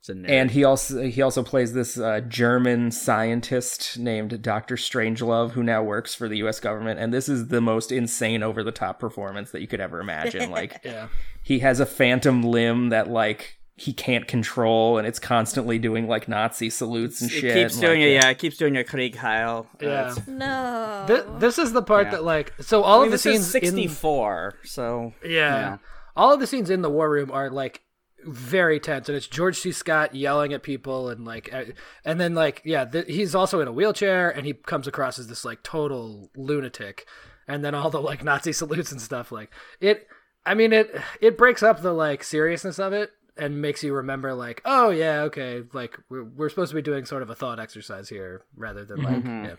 It's a nerd. and he also he also plays this uh, German scientist named Doctor Strangelove, who now works for the U.S. government. And this is the most insane, over the top performance that you could ever imagine. Like, Yeah. he has a phantom limb that like he can't control, and it's constantly doing like Nazi salutes and It shit. keeps and, doing like, it, yeah. It keeps doing a Krieg Heil. Uh, Yeah. it's- No. Th- this is the part Yeah. that like so all I mean, of the this is scenes in 64, so yeah. yeah. all of the scenes in the war room are like very tense and it's George C Scott yelling at people and like uh, and then like yeah th- he's also in a wheelchair and he comes across as this like total lunatic and then all the like Nazi salutes and stuff like it I mean it it breaks up the like seriousness of it and makes you remember like oh yeah okay like we're, we're supposed to be doing sort of a thought exercise here rather than like Mhm. yeah.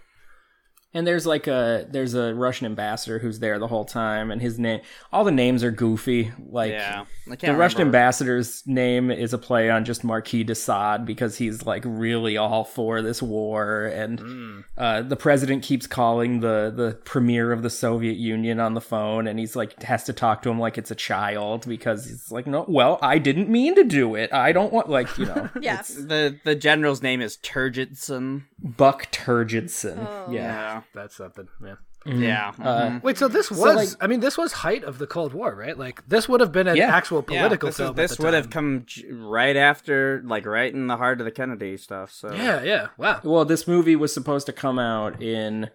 And there's like a there's a Russian ambassador who's there the whole time, and his name all the names are goofy. Like yeah. I can't the Russian remember. ambassador's name is a play on just Marquis de Sade because he's like really all for this war, and Hmm. uh, the president keeps calling the the premier of the Soviet Union on the phone, and he's like has to talk to him like it's a child because he's like, no, well, I didn't mean to do it. I don't want like you know yeah. The the general's name is Turgidson. Buck Turgidson, Oh. yeah. Uh, that's something yeah Yeah. mhm. Wait, so this was, like- I mean, this was height of the Cold War, right? Like, this would have been an Yeah. actual Yeah, political this is- film. at this the would have time. come j- right after, like right in the heart of the Kennedy stuff. So Yeah, yeah. Wow. Well, this movie was supposed to come out in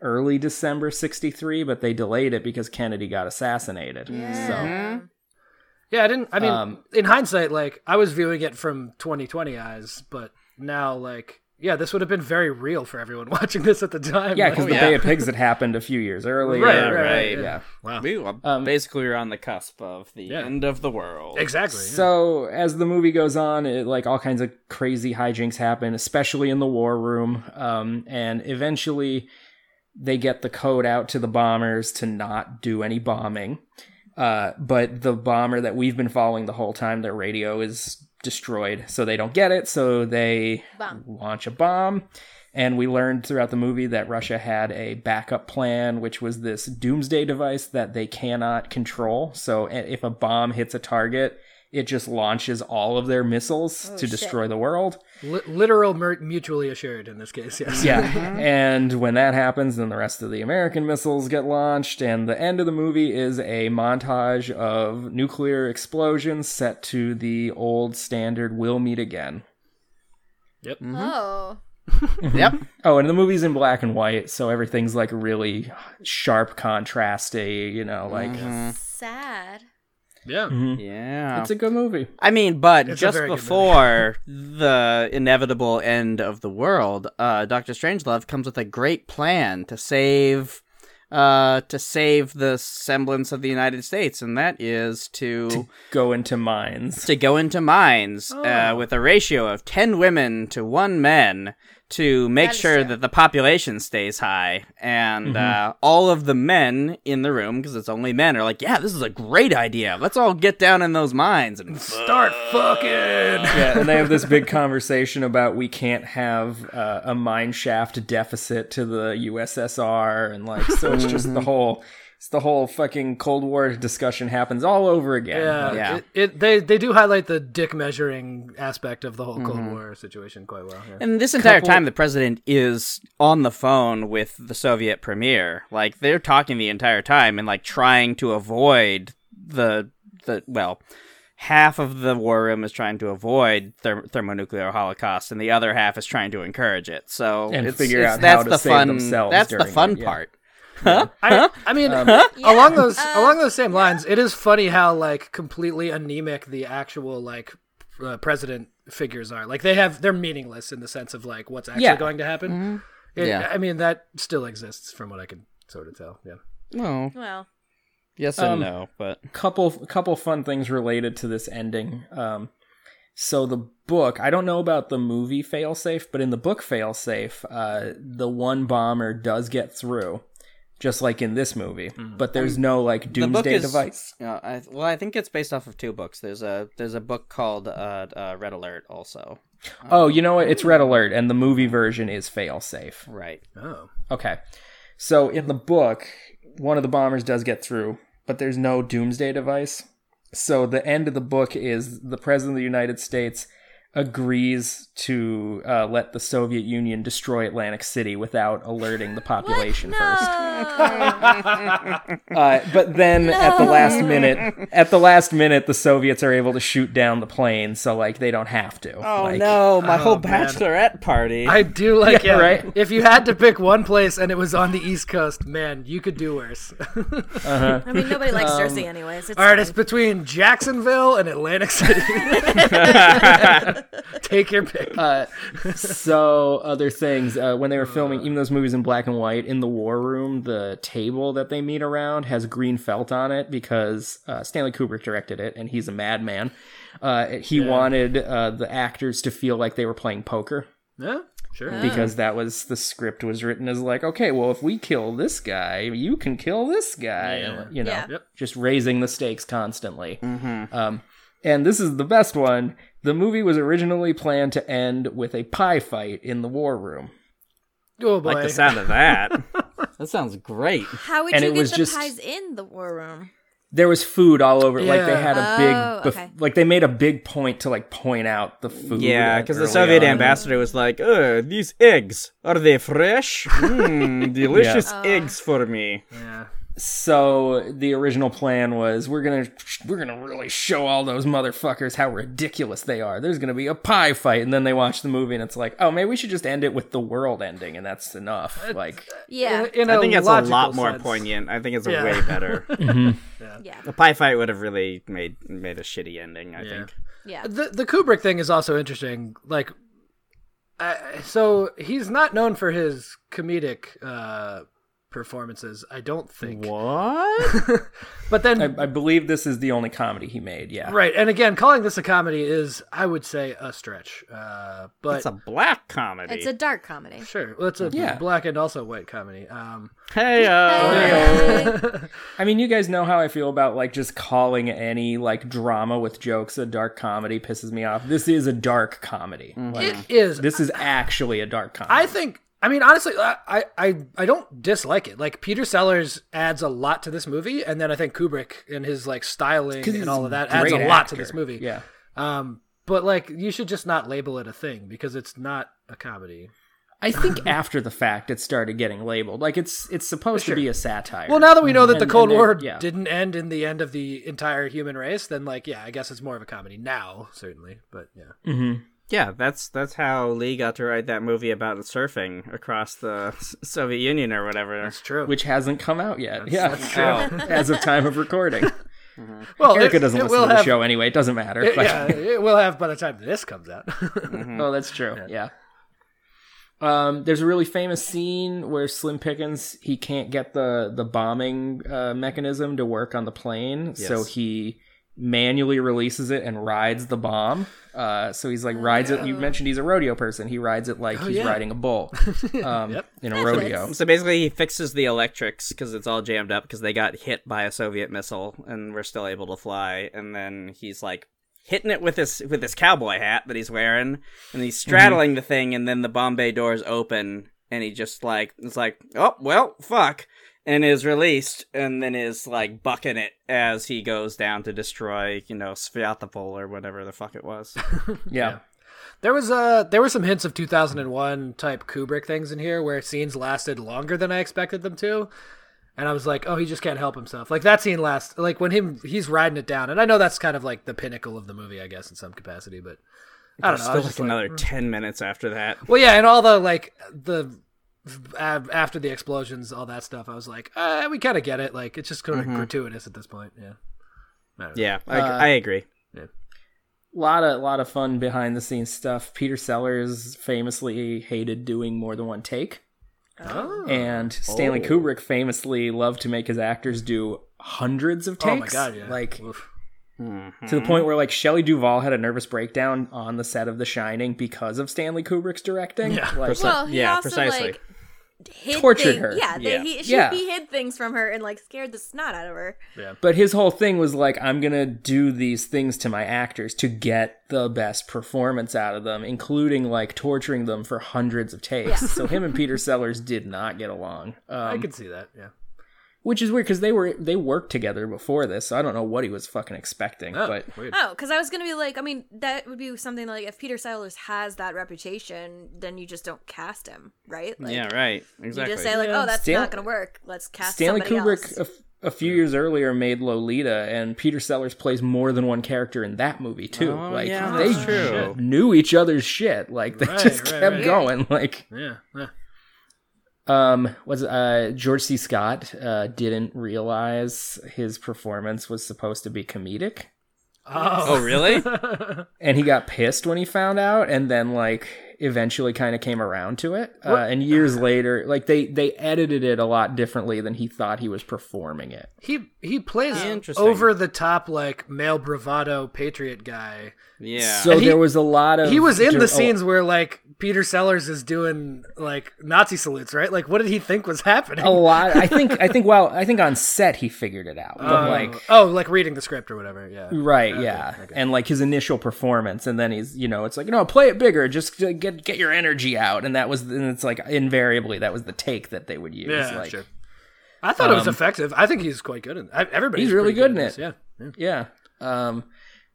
early December 63, but they delayed it because Kennedy got assassinated. So, Yeah, I didn't, I mean, Um, in hindsight, like, I was viewing it from 2020 eyes, but now, like, yeah, this would have been very real for everyone watching this at the time. yeah, Like, because the Oh, yeah. Bay of Pigs had happened a few years earlier. Right, right, right. Yeah. wow. we were Um, basically were on the cusp of the Yeah. end of the world. Exactly. yeah. So, as the movie goes on, it, like all kinds of crazy hijinks happen, especially in the war room. Um, and eventually, they get the code out to the bombers to not do any bombing. Uh, but the bomber that we've been following the whole time, their radio is destroyed, so they don't get it. So they Bomb. launch a bomb. And we learned throughout the movie that Russia had a backup plan, which was this doomsday device that they cannot control. So i- if a bomb hits a target, it just launches all of their missiles to shit. destroy the world. Li- literal mur- mutually assured in this case, yes. Yeah. and when that happens, then the rest of the American missiles get launched. And the end of the movie is a montage of nuclear explosions set to the old standard We'll Meet Again. Oh. Yep. Oh, and the movie's in black and white, so everything's like really sharp contrasty, you know, like Mm-hmm. Sad. Yeah. Yeah. it's a good movie. I mean, but It's a just very good movie. before the inevitable end of the world, uh, Doctor Strangelove comes with a great plan to save, uh, to save the semblance of the United States, and that is to Go into mines. to go into mines uh, Oh. with a ratio of ten women to one man to make That is sure true. that the population stays high, and Mm-hmm. uh, all of the men in the room, because it's only men, are like, "Yeah, this is a great idea. Let's all get down in those mines and." Start fucking. yeah, and they have this big conversation about we can't have uh, a mine shaft deficit to the USSR, and like, so it's just Mm-hmm. the whole, it's the whole fucking Cold War discussion happens all over again. Yeah, Like, Yeah. It, it, they they do highlight the dick measuring aspect of the whole Cold Mm-hmm. War situation quite well. Yeah. And this entire couple- time, the president is on the phone with the Soviet premier. Like they're talking the entire time and like trying to avoid the the well, half of the war room is trying to avoid ther- thermonuclear holocaust, and the other half is trying to encourage it. So And it's, figure it's- out that's how to the save fun. themselves that's the during fun it, yeah. part. I, I mean, Yeah. along those Uh, along those same lines, it is funny how like completely anemic the actual like uh, president figures are. Like they have they're meaningless in the sense of like what's actually Yeah. going to happen. It- Yeah. I mean that still exists from what I can sort of tell. Yeah, No, Well. yes and Um, no, but couple couple fun things related to this ending. Um, so the book, I don't know about the movie Failsafe, but in the book Failsafe, uh, the one bomber does get through, just like in this movie. But there's no like Mm-hmm. Um, the book doomsday is, device. Yeah, I, well, I think it's based off of two books. There's a there's a book called uh, uh, Red Alert also. Oh, you know what? It's Red Alert, and the movie version is Failsafe. Right. oh, Okay, so in the book, one of the bombers does get through, but there's no doomsday device. So the end of the book is the president of the United States agrees to uh, let the Soviet Union destroy Atlantic City without alerting the population first. Uh, but then at the last minute, at the last minute, the Soviets are able to shoot down the plane, so like they don't have to. Oh Like, no, my whole man. bachelorette party. I do like Yeah, it. right? If you had to pick one place and it was on the East Coast, man, you could do worse. I mean, nobody likes Um, Jersey, anyways. It's All right, fine. it's between Jacksonville and Atlantic City. Take your pick. so other things uh, when they were filming even those movies in black and white in the war room the table that they meet around has green felt on it because uh, stanley kubrick directed it and he's a madman uh, he wanted uh, the actors to feel like they were playing poker yeah, sure. Oh. because that was the script was written as like okay well if we kill this guy you can kill this guy you know Yeah. Yep. just raising the stakes constantly Mm-hmm. um, and this is the best one the movie was originally planned to end with a pie fight in the war room Oh boy. like the sound of that. that sounds great. How would and you it get was the just- pies in the war room? there was food all over like they Yeah. had a Oh, big bef- okay. like they made a big point to like point out the food Yeah, uh, because the early Soviet on. ambassador was like, "Uh, these eggs are they fresh? Hmm, Mm, delicious eggs for me." yeah. so the original plan was we're gonna we're gonna really show all those motherfuckers how ridiculous they are there's gonna be a pie fight and then they watch the movie and it's like oh maybe we should just end it with the world ending and that's enough like Yeah, In, in I think that's a logical lot more sense. poignant. I think it's Yeah. way better. yeah, the pie fight would have really made made a shitty ending. I think. yeah. The the Kubrick thing is also interesting. Like, I, so he's not known for his comedic uh, performances. I don't think. What? But then, I, I believe this is the only comedy he made yeah right? And again, calling this a comedy is, I would say, a stretch. Uh, but It's a black comedy. It's a dark comedy. sure, well, it's a Yeah. black and also white comedy. Um, hey, uh, I mean, you guys know how I feel about like just calling any like drama with jokes a dark comedy pisses me off. This is a dark comedy. Like, is this is actually a dark comedy. I think. I mean, honestly, I, I- I, I don't dislike it. Like Peter Sellers adds a lot to this movie, and then I think Kubrick in his like styling he's and all of that a adds a great lot to actor. this movie. Yeah. Um, but like, you should just not label it a thing because it's not a comedy. I think after the fact it started getting labeled. Like it's it's supposed Sure. to be a satire. Well, now that we know that the And- Cold and it- War yeah. didn't end in the end of the entire human race, then like, yeah, I guess it's more of a comedy now, certainly. But yeah, yeah, that's that's how Lee got to write that movie about surfing across the S- Soviet Union or whatever. it's true. which hasn't come out yet. yeah. Oh, As of time of recording. well, Erica it- doesn't it listen will to the have- show anyway. It doesn't matter. it- but- yeah, it will have by the time this comes out. Oh, that's true. Yeah. Um, there's a really famous scene where Slim Pickens he can't get the the bombing uh, mechanism to work on the plane, so Yes. he manually releases it and rides the bomb. Uh, so he's like rides it. You mentioned he's a rodeo person. He rides it like he's yeah. riding a bull um, in a rodeo. So basically, he fixes the electrics because it's all jammed up because they got hit by a Soviet missile and we're still able to fly. And then he's like hitting it with his with his cowboy hat that he's wearing, and he's Mm-hmm. straddling the thing. And then the Bombay doors open, and he just like it's like, oh well, fuck, and is released, and then is like bucking it as he goes down to destroy, you know, Sviatopol or whatever the fuck it was. Yeah. There was uh there were some hints of 2001 type Kubrick things in here where scenes lasted longer than I expected them to. And I was like, "Oh, he just can't help himself." Like that scene lasts like when him he's riding it down. And I know that's kind of like the pinnacle of the movie, I guess, in some capacity, but I don't know. I Still was just like like- hmm. another ten minutes after that. well, yeah, and all the like the ab- after the explosions, all that stuff. I was like, uh, "We kind of get it. Like it's just kind of gratuitous at this point." Yeah. I don't know. Mm-hmm. Yeah, I, Uh, I agree. lot of lot of fun behind the scenes stuff. Peter Sellers famously hated doing more than one take. And Oh. Stanley Kubrick famously loved to make his actors do hundreds of takes. Oh my god, yeah. Like Oof. Mm-hmm. to the point where like Shelley Duvall had a nervous breakdown on the set of The Shining because of Stanley Kubrick's directing. Yeah. Like, Well, he yeah, also precisely. like hid Tortured thing- her. Yeah, they, Yeah. He, she, Yeah. he hid things from her and like scared the snot out of her. but his whole thing was like, I'm gonna do these things to my actors to get the best performance out of them, including like torturing them for hundreds of takes. so him and Peter Sellers did not get along. Um, I could see that. Yeah. which is weird because they were they worked together before this, so I don't know what he was fucking expecting. Oh, but weird. Oh, because I was gonna be like, I mean, that would be something like if Peter Sellers has that reputation, then you just don't cast him, right? Like, yeah, right. Exactly. You just say like, oh, that's Stan- not gonna work. Let's cast Stanley somebody Kubrick a, else. f- a few Hmm. years earlier made Lolita, and Peter Sellers plays more than one character in that movie too. Oh, like yeah, they that's true. knew each other's shit. Like they Right, just right, kept right. going. Like Yeah, yeah. um, was uh George C. Scott uh didn't realize his performance was supposed to be comedic. Oh, really? and he got pissed when he found out and then like eventually kind of came around to it uh, and years later like they they edited it a lot differently than he thought he was performing it he he plays Interesting. over the top like male bravado patriot guy. yeah. so And he- there was a lot of He was in dur- the oh, scenes where like Peter Sellers is doing like Nazi salutes, right? Like what did he think was happening? Um, a lot i think i think well i think on set he figured it out but Oh, like oh, like reading the script or whatever. Yeah. right yeah and like his initial performance and then he's you know it's like no play it bigger just uh, get get your energy out and that was and it's like invariably that was the take that they would use Yeah, like um, sure. I thought it was effective. I think he's quite good in. I, everybody's He's really pretty good in this, it. Yeah. yeah. Yeah. Um,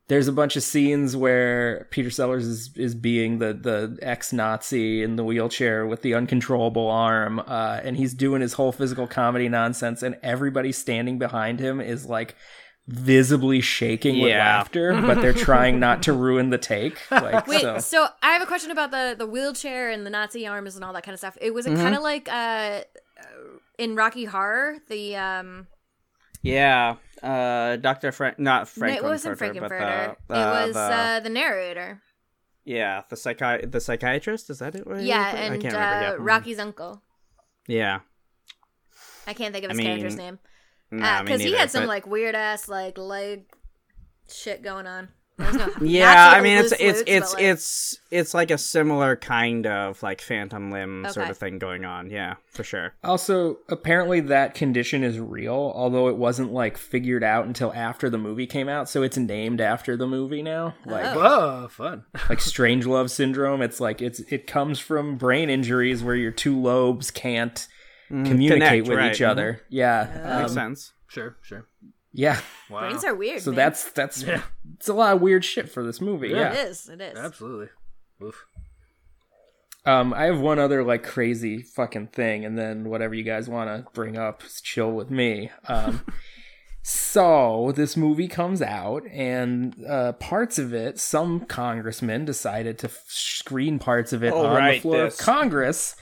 there's a bunch of scenes where Peter Sellers is, is being the, the ex Nazi in the wheelchair with the uncontrollable arm, uh, and he's doing his whole physical comedy nonsense, and everybody standing behind him is like visibly shaking with Yeah. laughter, but they're trying not to ruin the take. Like, Wait, so. so. I have a question about the the wheelchair and the Nazi arms and all that kind of stuff. It was it kind of like uh, in Rocky Horror, the um, Yeah. Uh, Doctor Frank, not Frank. it wasn't Frankenfurter. Frankenfurter. It was uh, the narrator. yeah, the psychi- the psychiatrist. Is that it? What Yeah, I can't and remember. uh, yeah. Hmm. Rocky's uncle. Yeah. I can't think of I his character's mean, name Nah, because me Uh, he neither, had some but- like weird ass like leg shit going on. There was no- Yeah, Nazi I mean it's loose it's loots, but, it's like- it's it's like a similar kind of like phantom limb sort Okay. of thing going on. Yeah, for sure. Also, apparently that condition is real, although it wasn't like figured out until after the movie came out, so it's named after the movie now. Like, Whoa, fun. like strange love syndrome it's like it's it comes from brain injuries where your two lobes can't communicate Mm, connect, with right, each mhm. other yeah um, Makes sense. Sure, sure. yeah Wow. brains are weird. so man. that's that's Yeah. it's a lot of weird shit for this movie Yeah. yeah, it is. It is. Absolutely. Oof. um i have one other like crazy fucking thing and then whatever you guys want to bring up is chill with me um So this movie comes out, and uh, parts of it, some congressman decided to f- screen parts of it Oh, on the right, floor this. of Oh, Congress.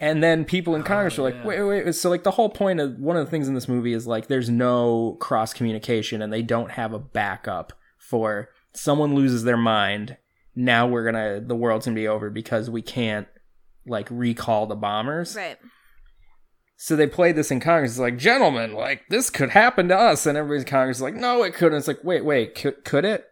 And then people in Congress were like, wait, wait, wait. So, like, the whole point of one of the things in this movie is like, there's no cross communication, and they don't have a backup for someone loses their mind. Now we're gonna, the world's gonna be over because we can't, like, recall the bombers. Right. So they played this in Congress. It's like, gentlemen, like this could happen to us, and everybody's in Congress is like, no, it couldn't. It's like, wait, wait, could, could it?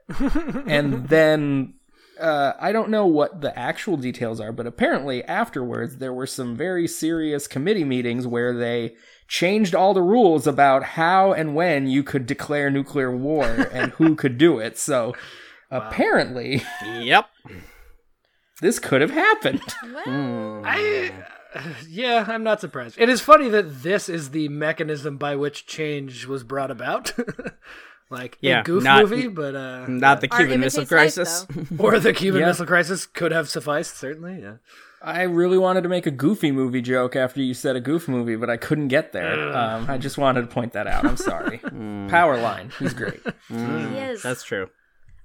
and then uh, I don't know what the actual details are, but apparently afterwards there were some very serious committee meetings where they changed all the rules about how and when you could declare nuclear war and who could do it. So apparently Yep. this could have happened. I, yeah, I'm not surprised. It is funny that this is the mechanism by which change was brought about. like Yeah, a goof not- movie, but uh, Not the Art Cuban Missile imitates life, Crisis. though. or the Cuban Yeah. Missile Crisis could have sufficed. Certainly, yeah. I really wanted to make a goofy movie joke after you said a goof movie, but I couldn't get there. Um, I just wanted to point that out. I'm sorry. Powerline, he's great. He is. Hmm. That's true.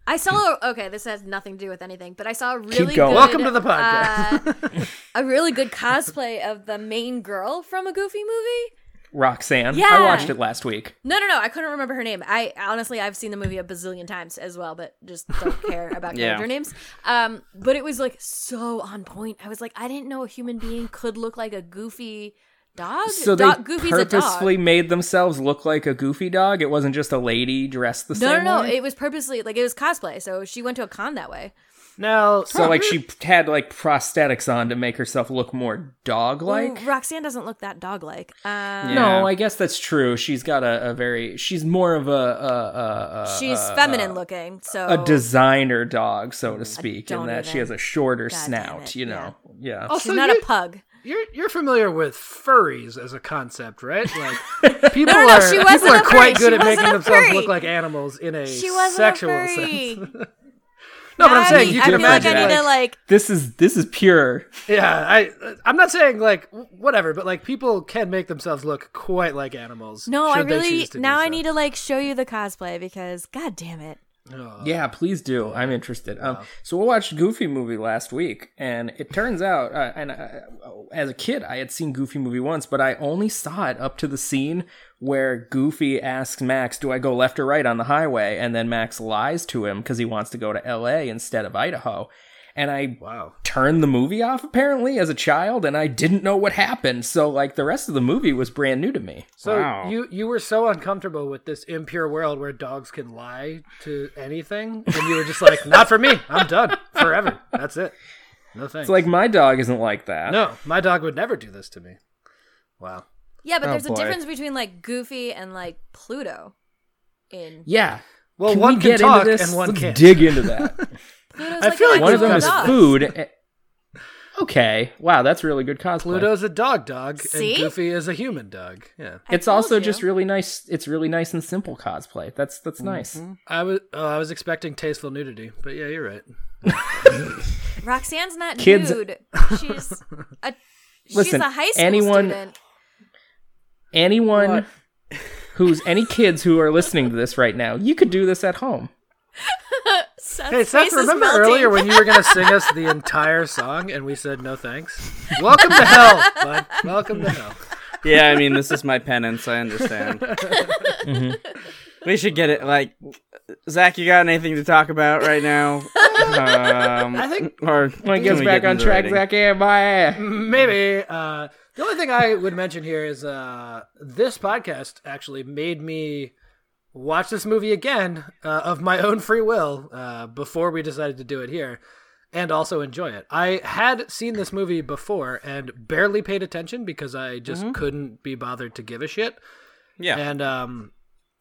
I saw a, okay, this has nothing to do with anything, but I saw a really going. good Welcome to the podcast. uh, a really good cosplay of the main girl from a Goofy movie. Roxanne. I Yeah. watched it last week. No, no, no, I couldn't remember her name. I honestly I've seen the movie a bazillion times as well, but just don't care about Yeah. character names. Um, but it was like so on point. I was like, I didn't know a human being could look like a goofy dog. So they dog, Goofy's purposefully a dog. made themselves look like a goofy dog. It wasn't just a lady dressed the No, same. no, no. way? It was purposely like it was cosplay. So she went to a con that way. Now, so like she had like prosthetics on to make herself look more dog-like. Ooh, Roxanne doesn't look that dog like. Um, Yeah. No, I guess that's true. She's got a, a very. She's more of a a, a, a She's Uh, feminine looking, so a designer dog, so to speak, in Oh. Mm, don't that she even. has a shorter God damn snout. it, Oh. You know, yeah. she's not a pug. You're you're familiar with furries as a concept, right? Like people No, no, no, are she people wasn't are a quite furry. good She at making wasn't a themselves furry. look like animals in a She wasn't sexual a furry. sense. No, but I'm I saying need- you can I feel imagine. like I need to like. This is this is pure. yeah, I I'm not saying like w- whatever, but like people can make themselves look quite like animals. No, I should they really choose to do now I so. need to like show you the cosplay because god damn it. Oh. Yeah, please do. I'm interested. Um, so we watched Goofy movie last week, and it turns out, uh, and uh, as a kid, I had seen Goofy movie once, but I only saw it up to the scene where Goofy asks Max, "Do I go left or right on the highway?" And then Max lies to him because he wants to go to L.A. instead of Idaho. And I Wow. turned the movie off apparently as a child, and I didn't know what happened. So like the rest of the movie was brand new to me. So Wow. you you were so uncomfortable with this impure world where dogs can lie to anything, and you were just like, "Not for me. I'm done forever. That's it. No thanks." It's like my dog isn't like that. no, my dog would never do this to me. Wow. Yeah, but Oh, there's a boy. difference between like Goofy and like Pluto. In Yeah. Well, Can one we can get talk into this? and one Let's can't. dig into that. Pluto's I like feel a like One of little them is dog. food. Okay. Wow, that's really good cosplay. Pluto's a dog dog, See? and Goofy is a human dog. Yeah. I It's also told just you. really nice. It's really nice and simple cosplay. That's Mm-hmm. that's nice. I was oh, I was expecting tasteful nudity, but yeah, you're right. Roxanne's not Kids- nude. She's a she's Listen, a high school anyone- student. Anyone who's any kids who are listening to this right now, you could do this at home. Seth's Hey face Seth, is remember melting. earlier when you were gonna sing us the entire song and we said no thanks? Welcome to hell, bud. Welcome to hell. yeah, I mean, this is my penance. I understand. Mm-hmm. We should get it. Like, Zach, you got anything to talk about right now? Um, I think- Or When it gets can we back get on into track, rating? Zach and my Maybe. Uh, the only thing I would mention here is uh, this podcast actually made me watch this movie again uh, of my own free will uh, before we decided to do it here and also enjoy it. I had seen this movie before and barely paid attention because I just couldn't be bothered to give a shit. Mm-hmm. Yeah, And um,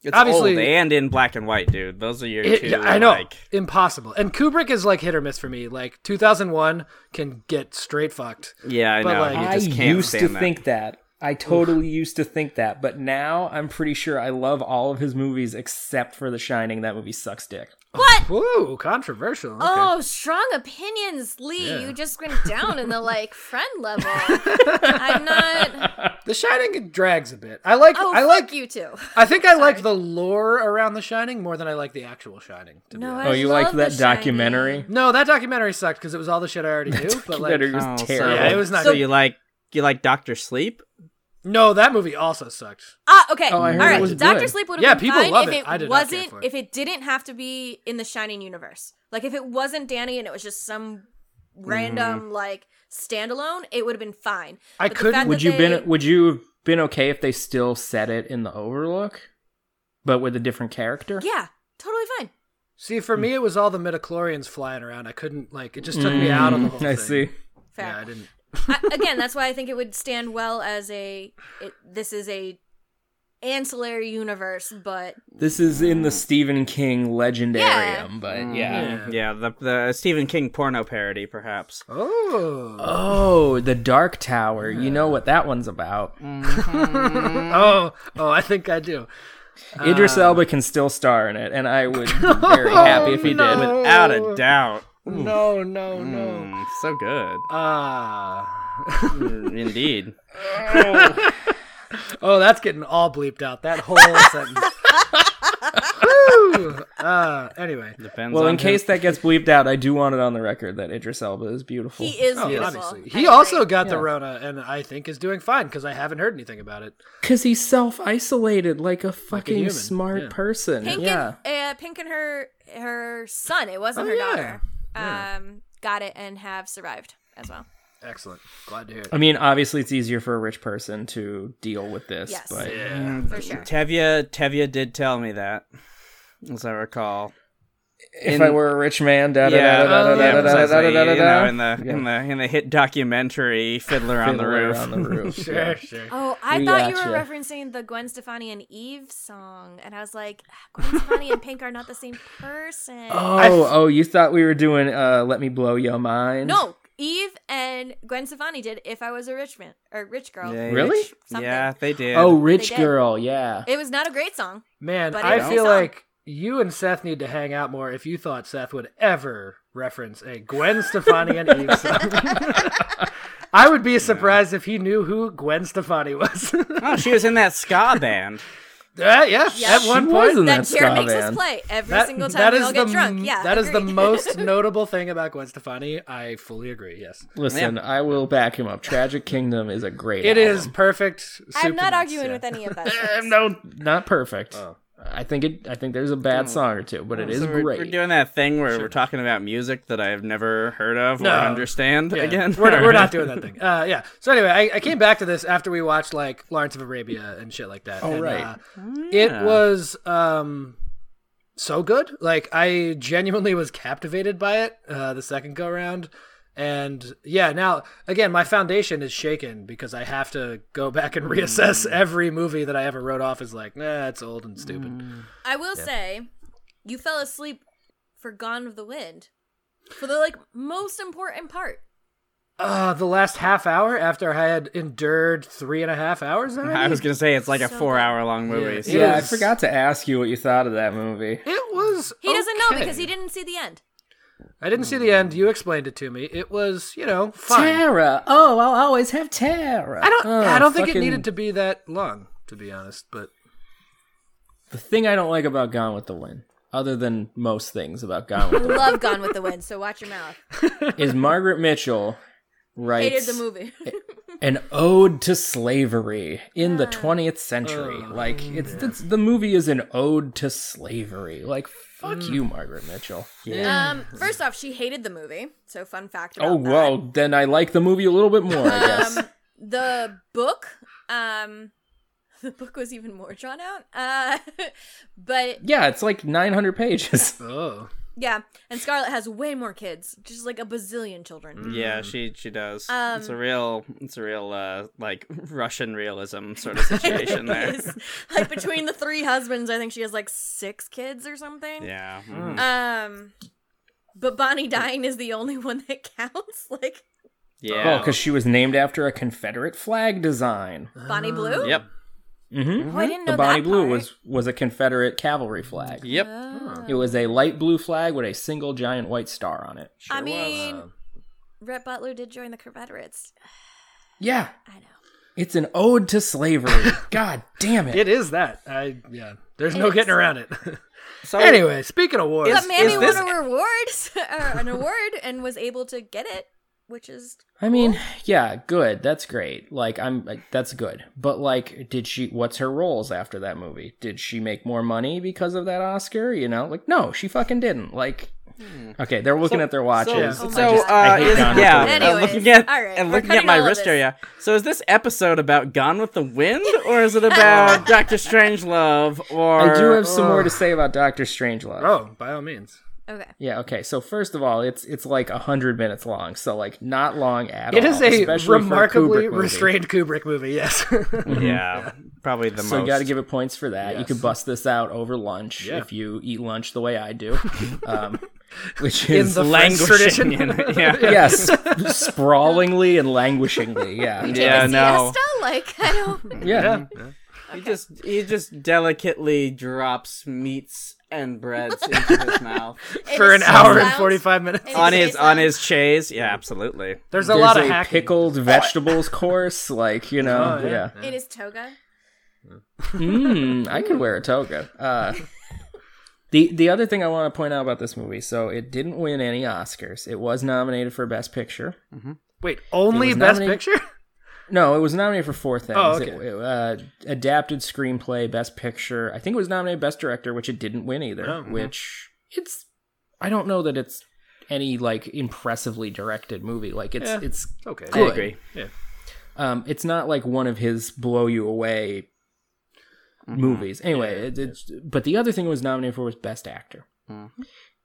it's obviously- old and in black and white, dude. Those are your It- two. yeah, I know. Like, Impossible. And Kubrick is like hit or miss for me. Like 2001 can get straight fucked. yeah, I But, know. like- you I just can't used to stand that. think that. I totally used to think that, but now I'm pretty sure I love all of his movies except for The Shining. That movie sucks dick. what? Whoa, controversial. Okay. Oh, strong opinions, Lee. Yeah. You just went down in the like friend level. I'm not. The Shining drags a bit. I like. Oh, I like. fuck you too. I think I like the lore around The Shining more than I like the actual Shining. To be No, honest. I Oh, you love liked The that Shining. documentary? no, that documentary sucked because it was all the shit I already knew. But like, Documentary Oh, was so- terrible. Yeah, it was not So good. you like you like Doctor Sleep? no, that movie also sucked. Ah, okay. Oh, I heard All it right. was Doctor good. Sleep would have Yeah, been people fine love if it. it, I did not care wasn't for it. if it didn't have to be in the Shining universe. Like if it wasn't Danny and it was just some random like standalone, it would have been fine. I But the couldn't- fact Would that you they- been would you have been okay if they still said it in the Overlook, but with a different character? Yeah, totally fine. See, Mm. for me, it was all the midichlorians flying around. I couldn't like. It just took me out of the whole thing. Mm, I see. Fair. Yeah, I didn't. I, again, that's why I think it would stand well as a. It, this is a ancillary universe, but This is in the Stephen King legendarium, Yeah. but Mm. yeah. Yeah. Yeah, the the Stephen King porno parody, perhaps. Oh. Oh, the Dark Tower. You know what that one's about. oh. Oh. I think I do. Idris Elba can still star in it, and I would be very happy Oh, if he did. no. Without a doubt. No. No. No. Mm, so good. Ah. Indeed. Oh, that's getting all bleeped out. That whole sentence. Woo! Uh, anyway, Depends Well, on in who- case that gets bleeped out, I do want it on the record that Idris Elba is beautiful. he is Oh, beautiful. obviously, I he agree. also got the Rona, and I think is doing fine because I haven't heard anything about it. Because he's self isolated like a fucking human, smart yeah. person. Pink yeah. and uh, Pink and her her son. It wasn't Oh, her yeah. daughter. Um, got it and have survived as well. Excellent. Glad to hear it. I mean, obviously, it's easier for a rich person to deal with this, Yes. but Yeah. Mm, For sure. Tevya Tevya did tell me that, as I recall. if In- I were a rich man, da da Yeah, da da da Oh, da yeah, da da precisely, da da da you know, da. in the in the in the hit documentary Fiddler on the Fiddler Roof. on the roof. Sure, yeah. sure. Oh, I We thought you were gotcha. referencing the Gwen Stefani and Eve song, and I was like, "Ah, Gwen Stefani and Pink are not the same person. Oh, oh, you thought we were doing uh, "Let Me Blow Your Mind"? No, Eve and Gwen Stefani did "If I Was a Rich Man" or "Rich Girl." They- Really? Something. Yeah, they did. Oh, rich did. girl, yeah. It was not a great song. Man, But I it's feel his song. like you and Seth need to hang out more if you thought Seth would ever reference a Gwen Stefani and Eve song. I would be surprised if he knew who Gwen Stefani was. uh, Oh, she was in that ska band. yeah, Yeah. at She one She point. was in That ska chair makes us band. play every That- single time that we is all get the- drunk. Yeah, that is the agreed. most notable thing about Gwen Stefani. I fully agree. Yes, Listen, I will back him up. Tragic Kingdom is a great it album. is perfect. soup I'm to not nuts, arguing yeah. with any of that. Eh, no, not perfect. I think it. I think there's a bad song or two, but it is So we're, great. we're doing that thing where we're talking about music that I have never heard of No. or understand Yeah. again. We're, not- we're not doing that thing. Uh, yeah. So anyway, I, I came back to this after we watched like Lawrence of Arabia and shit like that. Oh, and, right. uh, It was um, so good. Like I genuinely was captivated by it uh, the second go round. And yeah, now again, my foundation is shaken because I have to go back and Mm. reassess every movie that I ever wrote off as like, nah, it's old and stupid. Mm. I will say, you fell asleep for "Gone with the Wind" for the like most important part. Uh, the last half hour after I had endured three and a half hours. Already? I was gonna say it's like a So four-hour-long movie. Yeah. so- yeah, I is- forgot to ask you what you thought of that movie. It was. He doesn't know okay. because he didn't see the end. I didn't see the end. You explained it to me. It was, you know, fine. Tara. Oh, I'll always have Tara. Oh, I don't. I don't think it needed to be that long, to be honest. But The thing I don't like about Gone with the Wind, other than most things about Gone with the Wind, Love "Gone with the Wind," so watch your mouth. is Margaret Mitchell writes Hated the movie. an ode to slavery in the 20th century. Oh, like it's, it's the movie is an ode to slavery. Like fuck Mm. you, Margaret Mitchell. Oh, um, first off, she hated the movie. So fun fact. About Oh that. well, then I like the movie a little bit more. I guess. the book um the book was even more drawn out uh but yeah, it's like 900 pages. oh, yeah and scarlett has way more kids just like a bazillion children Yeah, she she does. Um, it's a real it's a real uh like Russian realism sort of situation there. It's, like between the three husbands i think she has like six kids or something Yeah. mhm. um but bonnie dying is the only one that counts like Oh, Yeah. because she was named after a Confederate flag design. bonnie blue Yep. Mm-hmm. oh, i didn't know Uh, The Bonnie that Blue part. was was a Confederate cavalry flag. Yep. Uh, It was a light blue flag with a single giant white star on it. i mean rhett butler did join the confederates Yeah, i know it's an ode to slavery. God damn it. it is that. I yeah. There's no It's- getting around it. So anyway, speaking of wars, But Mammy is this- won a reward, or an award, and was able to get it, which is I mean, yeah, good. That's great. Like I'm like, that's good. But like did she what's her roles after that movie? Did she make more money because of that Oscar, you know? Like no, she fucking didn't. Like Okay, they're looking at their watches. So, my so, God. uh, I hate is- Gone with yeah, the Wind. uh, Anyways, looking at all right, and we're looking at cutting my all of wrist this. area. So is this episode about Gone with the Wind, or is it Oh. about Doctor Strangelove? Or I do have some more to say about Doctor Strangelove. oh, by all means, okay. Yeah, okay. So first of all, it's it's like 100 minutes long. So like not long at it all. is a Oh, especially for a remarkably Kubrick movie. restrained Kubrick movie. Yes. yeah, probably the So most. you got to give it points for that. You could bust this out over lunch Yeah. if you eat lunch the way I do, um, which In is the French languishing tradition. in it, yeah. yes, sprawlingly and languishingly. Yeah, yeah. Yeah, A no. siesta? Like I don't. He just he just delicately drops meats and breads into his mouth For It an is hour and sounds- forty-five minutes. it on is his on his chaise. Yeah, absolutely. There's a There's lot of a hacking. pickled vegetables course, like you know. Oh, yeah. yeah, It is toga. Mm, I could wear a toga. Uh, the The other thing I want to point out about this movie, so it didn't win any Oscars. It was nominated for Best Picture. Wait, only It was best nominated- picture. No, it was nominated for four things. Oh, okay. It- it, uh, adapted screenplay, best picture. I think it was nominated best director, which it didn't win either. Oh, mhm. Which it's, I don't know that it's any like impressively directed movie. Like it's Yeah. it's Okay. Good. I agree. um it's not like one of his blow you away movies. Anyway, Mm-hmm. Yeah, it, it's, but the other thing it was nominated for was best actor, Mhm.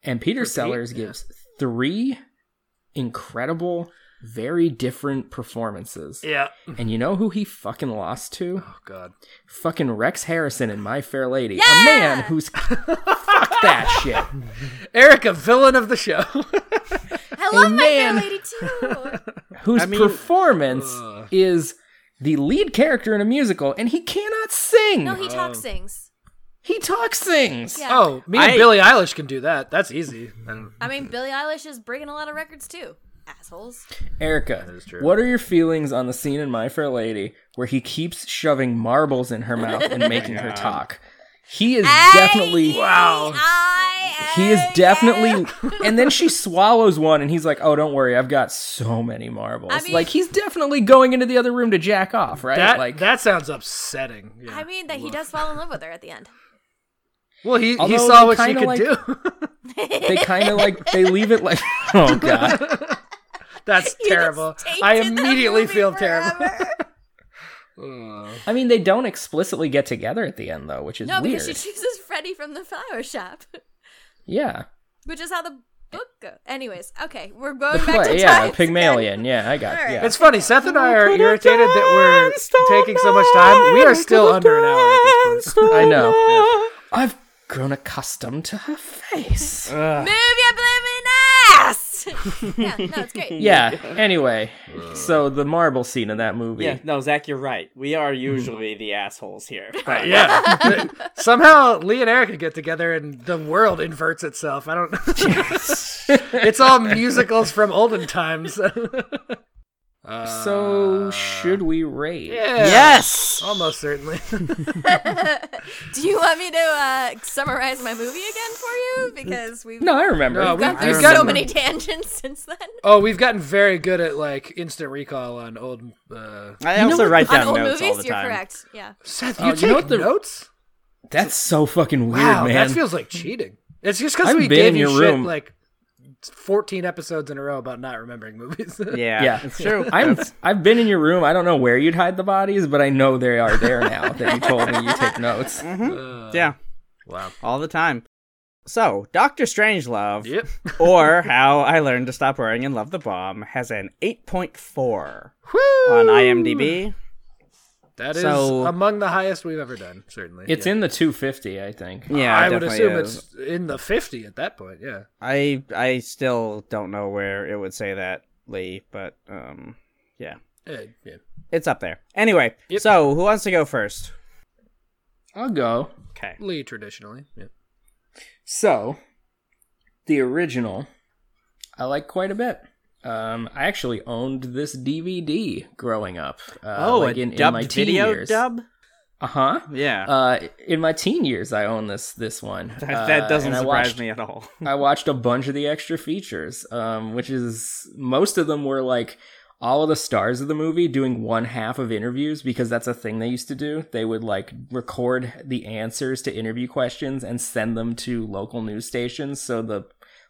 and Peter Repeat, Sellers Mm-hmm. yeah. gives three incredible, very different performances. Yeah. And you know who he fucking lost to? Oh God. fucking Rex Harrison in My Fair Lady, Yeah! a man who's fuck that shit. Eric, a villain of the show. Hello, love My Fair man. Lady too. whose I mean- performance Ugh. is the lead character in a musical, and he cannot sing. No, he, he talk sings. talks sings. Yeah. Oh, me and I- Billie Eilish can do that. That's easy. I don't- I mean, Billie Eilish is breaking a lot of records too. Assholes. Erica, is true. what are your feelings on the scene in My Fair Lady where he keeps shoving marbles in her mouth and making her talk? He is definitely. Wow. I He is definitely, and then she swallows one, and he's like, "Oh, don't worry, I've got so many marbles." I mean- like he's definitely going into the other room to jack off, right? That like that sounds upsetting. Yeah. I mean that he does fall in love with her at the end. well, he, he Although saw they what she kinda could like- do. they kind of like they leave it like, oh god, That's You just terrible. tainted I that immediately movie feel terrible. forever. I mean, they don't explicitly get together at the end though, which is no, weird. because she chooses Freddy from the flower shop, yeah, which is how the book goes. Anyways, okay, we're going the back play, to yeah, times again. Pygmalion. Yeah, I got. All right. Yeah, It's funny. Seth and I are irritated that we're taking so much time. We are still under an hour at this point. I know. I've grown accustomed to her face. Move your blooming ass. yeah, no, it's great. yeah. Anyway, so the marble scene in that movie. Yeah, no, Zach, you're right. We are usually the assholes here. But yeah. But somehow Lee and Erica get together and the world inverts itself. I don't it's all musicals from olden times. Uh, So should we rate? Yes. Almost certainly. Do you want me to uh, summarize my movie again for you? Because we've No, I remember. No, we- gone I through remember. so many tangents since then. Oh, we've gotten very good at like instant recall on old. Uh... I also write On down old notes all movies, the you're time. correct. Yeah. Seth, Oh, you take notes? That's so fucking weird, Wow, man. that feels like cheating. It's just because I've we been gave in you your shit room. like fourteen episodes in a row about not remembering movies. Yeah, Yeah. it's true. I'm. I've been in your room. I don't know where you'd hide the bodies, but I know they are there now. that you told me you take notes. yeah, wow. all the time. So, Doctor Strangelove, Yep. or How I Learned to Stop Worrying and Love the Bomb, has an 8.4 on IMDb. That is So- among the highest we've ever done. Certainly, It's in the 250, I think. Yeah, I it would definitely assume is. it's in the fifty at that point. Yeah. I I still don't know where it would say that, Lee, but um, yeah, Eh, yeah. it's up there. Anyway, Yep. so who wants to go first? I'll go. Okay. Uh, Lee traditionally. Yeah. So, the original, I like quite a bit. Um, I actually owned this DVD growing up. Uh, Oh, like in, in my teen years. Uh-huh. Yeah, Uh, in my teen years, I owned this this one. that, that Uh, doesn't and I surprise watched- me at all. I watched a bunch of the extra features, um, which is most of them were like all of the stars of the movie doing one half of interviews because that's a thing they used to do. They would like record the answers to interview questions and send them to local news stations. So the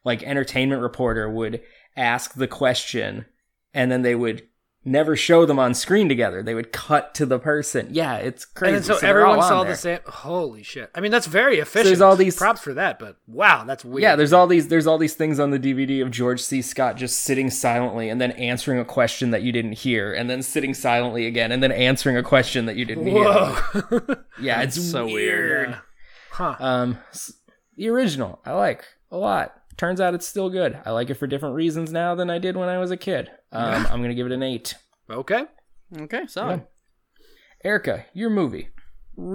like entertainment reporter would ask the question and then they would never show them on screen together. They would cut to the person. Yeah, it's crazy. And then so, they're all everyone on saw there. the same. Holy shit! I mean, that's very efficient. all these- props for that, but wow, that's weird. Yeah, there's all these there's all these things on the DVD of George C. Scott just sitting silently and then answering a question that you didn't hear, and then sitting silently again, and then answering a question that you didn't hear. Whoa. Yeah, it's so weird. huh. Um, s- the original I like a lot. Turns out it's still good. I like it for different reasons now than I did when I was a kid. Um, I'm gonna give it an eight. Okay. Okay, so Erica, your movie,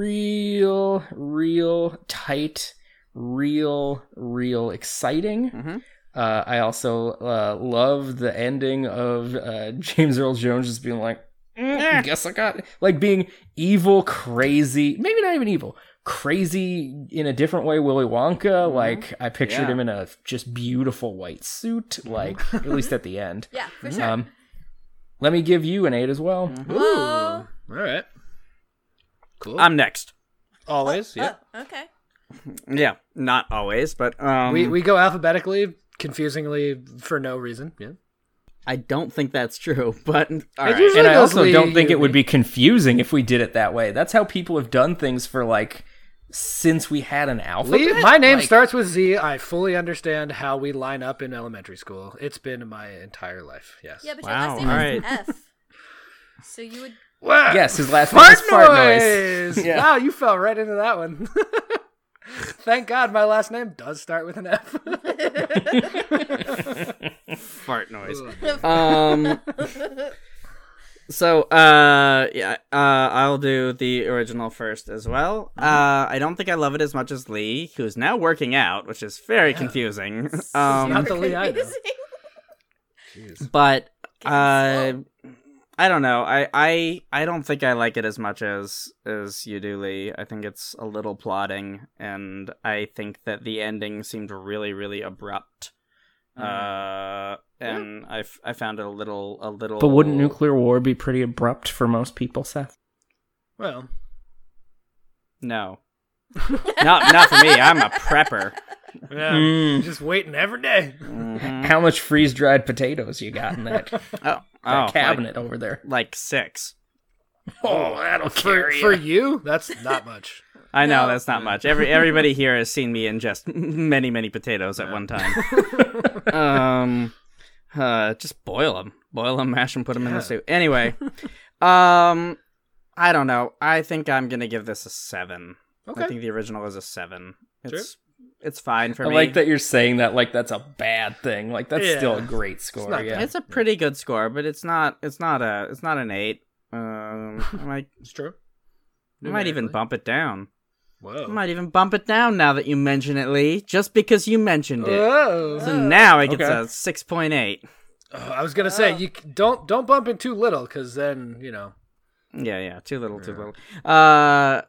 real, real tight, real, real exciting. Mhm. Uh, I also uh, love the ending of uh, James Earl Jones just being like, "Mm, Eh. guess I got it." like being evil, crazy, maybe not even evil, crazy in a different way. Willy Wonka, like I pictured Mm-hmm. Yeah. Mm-hmm. him in a just beautiful white suit, like at least at the end. Yeah, for sure. Um, let me give you an eight as well. Mm-hmm. Ooh. All Whoa. right. Cool. I'm next. Always. Yeah. Oh, okay. Yeah, not always, but um, we we go alphabetically, confusingly for no reason. Yeah. I don't think that's true. But all right. usually and I goes also Lee, don't think you, it would me. be confusing if we did it that way. That's how people have done things for like since we had an alphabet. Lee, my name Like, starts with Z. I fully understand how we line up in elementary school. It's been my entire life. Yes. Yeah, but Wow, your last name is all F. So you would. Wow. Yes, his last name Fart is Fart Noise. noise. Wow, you fell right into that one. Thank God my last name does start with an F. Fart noise. um. So, uh, yeah, uh, I'll do the original first as well. Uh, I don't think I love it as much as Lee, who's now working out, which is very confusing. Um, Not the Lee I know. Amazing. Jeez. but uh, Getting I don't know. I, I I don't think I like it as much as as you do, Lee. I think it's a little plodding, and I think that the ending seemed really really abrupt. Hmm. Uh, and I, f- I found it a little a little. But wouldn't nuclear war be pretty abrupt for most people, Seth? Well, No. not not for me. I'm a prepper. yeah, Mm. just waiting every day. Mhm. How much freeze dried potatoes you got in that, that Oh, oh, like- cabinet over there? Like, six. Oh, that'll For, carry for you. you, that's not much. I know No. that's not much. Every everybody here has seen me ingest many many potatoes at one time. um, uh, just boil them, boil them, mash them, put them in Yeah. the soup. Anyway, um, I don't know. I think I'm gonna give this a seven. I Okay. think the original is a seven. It's it's fine for I me. like that you're saying that like that's a bad thing. Like that's Yeah. still a great score. not yeah. It's a pretty good score, but it's not. It's not a. It's not an eight. Um, I might, It's true. I might even Numerically. bump it down. Whoa. I might even bump it down now that you mention it, Lee. Just because you mentioned Uh, it. Whoa. So now it gets Okay. a six point eight. Oh, I was gonna say you c- don't don't bump in too little because then you know. Yeah, yeah, too little, too little. Uh,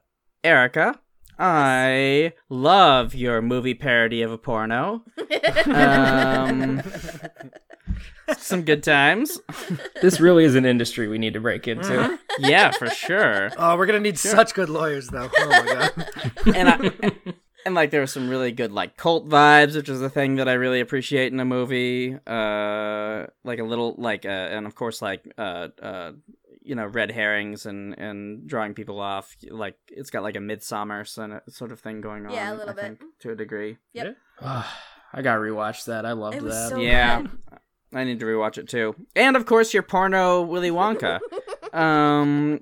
Erica, I love your movie parody of a porno. um, some good times. This really is an industry we need to break into. Yeah, for sure. Oh, we're gonna need such good lawyers though. Oh my god. And I, and like there were some really good like cult vibes, which is the thing that I really appreciate in a movie. Uh, like a little like uh, and of course like uh uh you know red herrings and and drawing people off. Like it's got like a midsummer sen- sort of thing going on. Yeah, a little I bit. think, to a degree. Ah, I gotta rewatch that. I loved It was that. so Yeah. good. I need to rewatch it too. And of course, your porno Willy Wonka. um,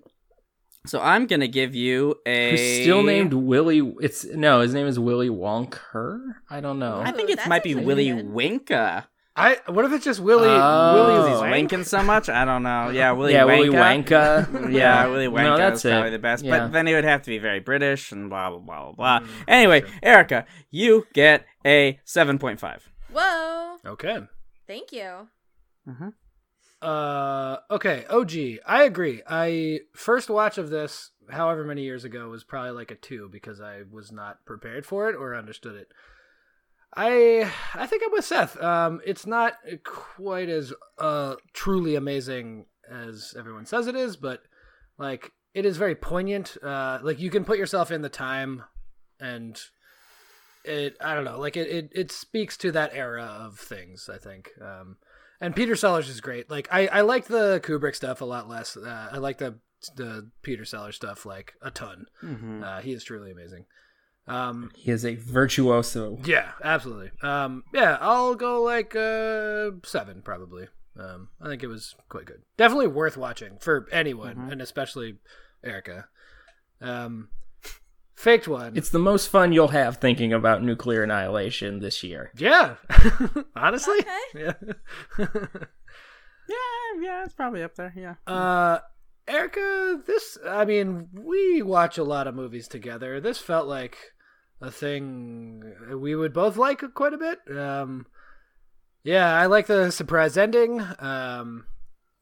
so I'm gonna give you a. Who's still named Willy? It's no, his name is Willy Wonker. I don't know. I think Ooh, it that's might be actually Willy good. Winka. I what if it's just Willie? Oh. Because he's Willie's winking so much. I don't know. Yeah, Willy yeah, Wanka. Willy Wanka. Yeah, Willy Wanka No, is that's probably it. the best. Yeah. Mm-hmm. But then it would have to be very British and blah blah blah blah Hmm. blah. anyway, Erica, you get a seven point five. Whoa. Okay. Thank you. Uh, okay, OG. I agree. I first watch of this, however many years ago, was probably like a two because I was not prepared for it or understood it. I I think I'm with Seth. Um, it's not quite as uh truly amazing as everyone says it is, but like it is very poignant. Uh, like you can put yourself in the time, and it I don't know. Like it it, it speaks to that era of things. I think. Um, and Peter Sellers is great. Like I, I like the Kubrick stuff a lot less. Uh, I like the the Peter Sellers stuff like a ton. Mm-hmm. Uh, he is truly amazing. Um, He is a virtuoso. yeah, absolutely. Um, yeah, I'll go like uh, seven probably. Um, I think it was quite good. Definitely worth watching for anyone, and especially Erica. Um, faked one. It's the most fun you'll have thinking about nuclear annihilation this year. yeah, honestly. Yeah. Yeah, yeah, it's probably up there. Yeah. Uh, Erica, this, I mean, we watch a lot of movies together. This felt like a thing we would both like quite a bit. Um, yeah, I like the surprise ending. Um,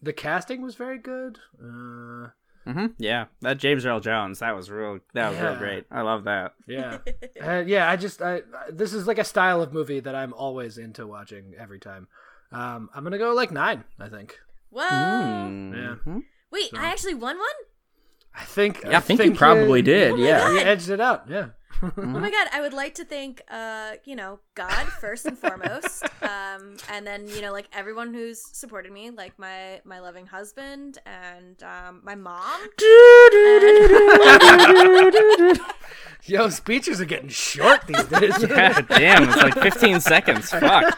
the casting was very good. Uh, hmm Yeah, that James Earl Jones, that was real. That was real Yeah. great. I love that. yeah. Uh, yeah, I just, I, I- this is like a style of movie that I'm always into watching every time. Um, I'm gonna go like nine, I think. Whoa. Mhm. Wait, I actually won one? I think. I think, he probably did. yeah. You edged it out, yeah. Oh Hmm? my god, I would like to thank uh, you know, God first and foremost. Um and then, you know, like everyone who's supported me, like my my loving husband and um my mom. Yo, speeches are getting short these days. God damn, it's like 15 seconds. Fuck.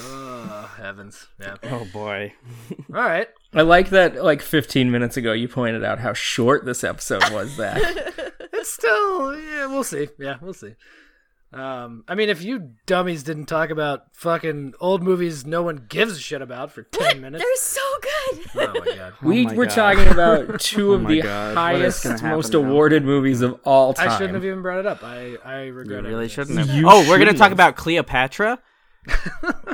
Oh, heavens. Yeah. Oh boy. All right. Oh I like that. Like 15 minutes ago, you pointed out how short this episode was. That it's still yeah, we'll see. Yeah, we'll see. Um, I mean, if you dummies didn't talk about fucking old movies no one gives a shit about for ten minutes, They're so good. oh my god. we my were God. talking about two Oh of my the God. What is highest, gonna happen most now? awarded movies of all time. I shouldn't have even brought it up. I I regret You it. really shouldn't have. You oh, we're gonna shouldn't talk have. about Cleopatra.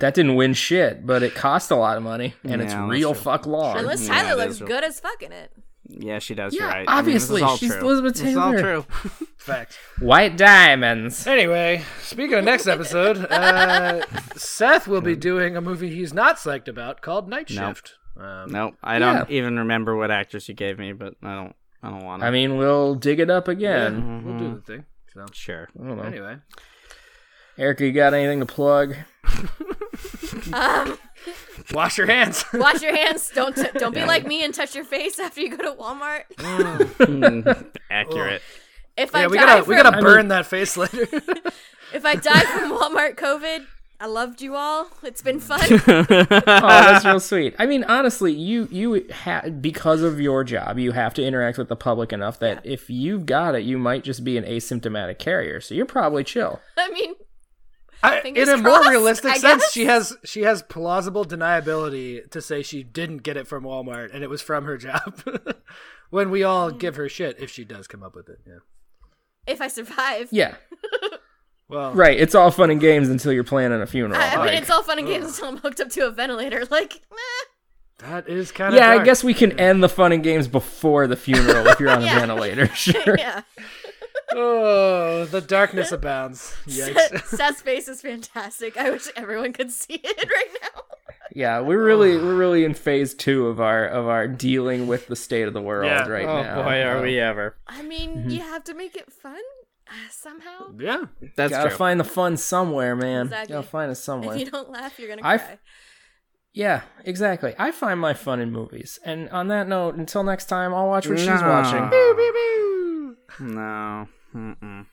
That didn't win shit, but it cost a lot of money, and it's Yeah, that's real true. fuck long. Unless Mm-hmm. Yeah, Tyler that looks is real. good as fuck in it. Yeah, she does. Yeah, you're right. obviously, I mean, this she's is all true. Elizabeth This is all Taylor. true. Fact. White diamonds. Anyway, speaking of next episode, uh, Seth will Mm. be doing a movie he's not psyched about called Night Nope. Shift. Um, No, I don't even remember what actress you gave me, but I don't. I don't want to. I mean, we'll dig it up yeah, again. we'll do the thing. So sure. Mm-hmm. I don't know. anyway, Erica, you got anything to plug? wash your hands. Wash your hands. Don't t- don't be like me and touch your face after you go to Walmart. Accurate. If I yeah, we die gotta from, we gotta I burn mean- that face later. if I die from Walmart COVID, I loved you all. It's been fun. Oh, that's real sweet. I mean, honestly, you you ha- because of your job, you have to interact with the public enough that if you've got it, you might just be an asymptomatic carrier. So you're probably chill. I mean, I- in Fingers a more crossed, realistic I sense, guess. she has she has plausible deniability to say she didn't get it from Walmart and it was from her job. when we all give her shit if she does come up with it. Yeah. if I survive, Yeah, Well, right. It's all fun and games until you're planning a funeral. I, I mean, Like, it's all fun and games until I'm hooked up to a ventilator. Like, meh. that is kind of yeah, I guess we can end the fun and games before the funeral if you're on a ventilator. Sure. yeah. Oh, the darkness abounds. Yikes. Seth- Seth's face is fantastic. I wish everyone could see it right now. Yeah, we're really we're really in phase two of our of our dealing with the state of the world Yeah. right oh now. boy, are we ever? I mean, Mm-hmm. you have to make it fun uh, somehow. yeah. That's Gotta true. find the fun somewhere, man. Exactly. Gotta find it somewhere. If you don't laugh, you're gonna cry. I've- Yeah, exactly. I find my fun in movies. And on that note, until next time, I'll watch what she's watching. No. Mm-mm.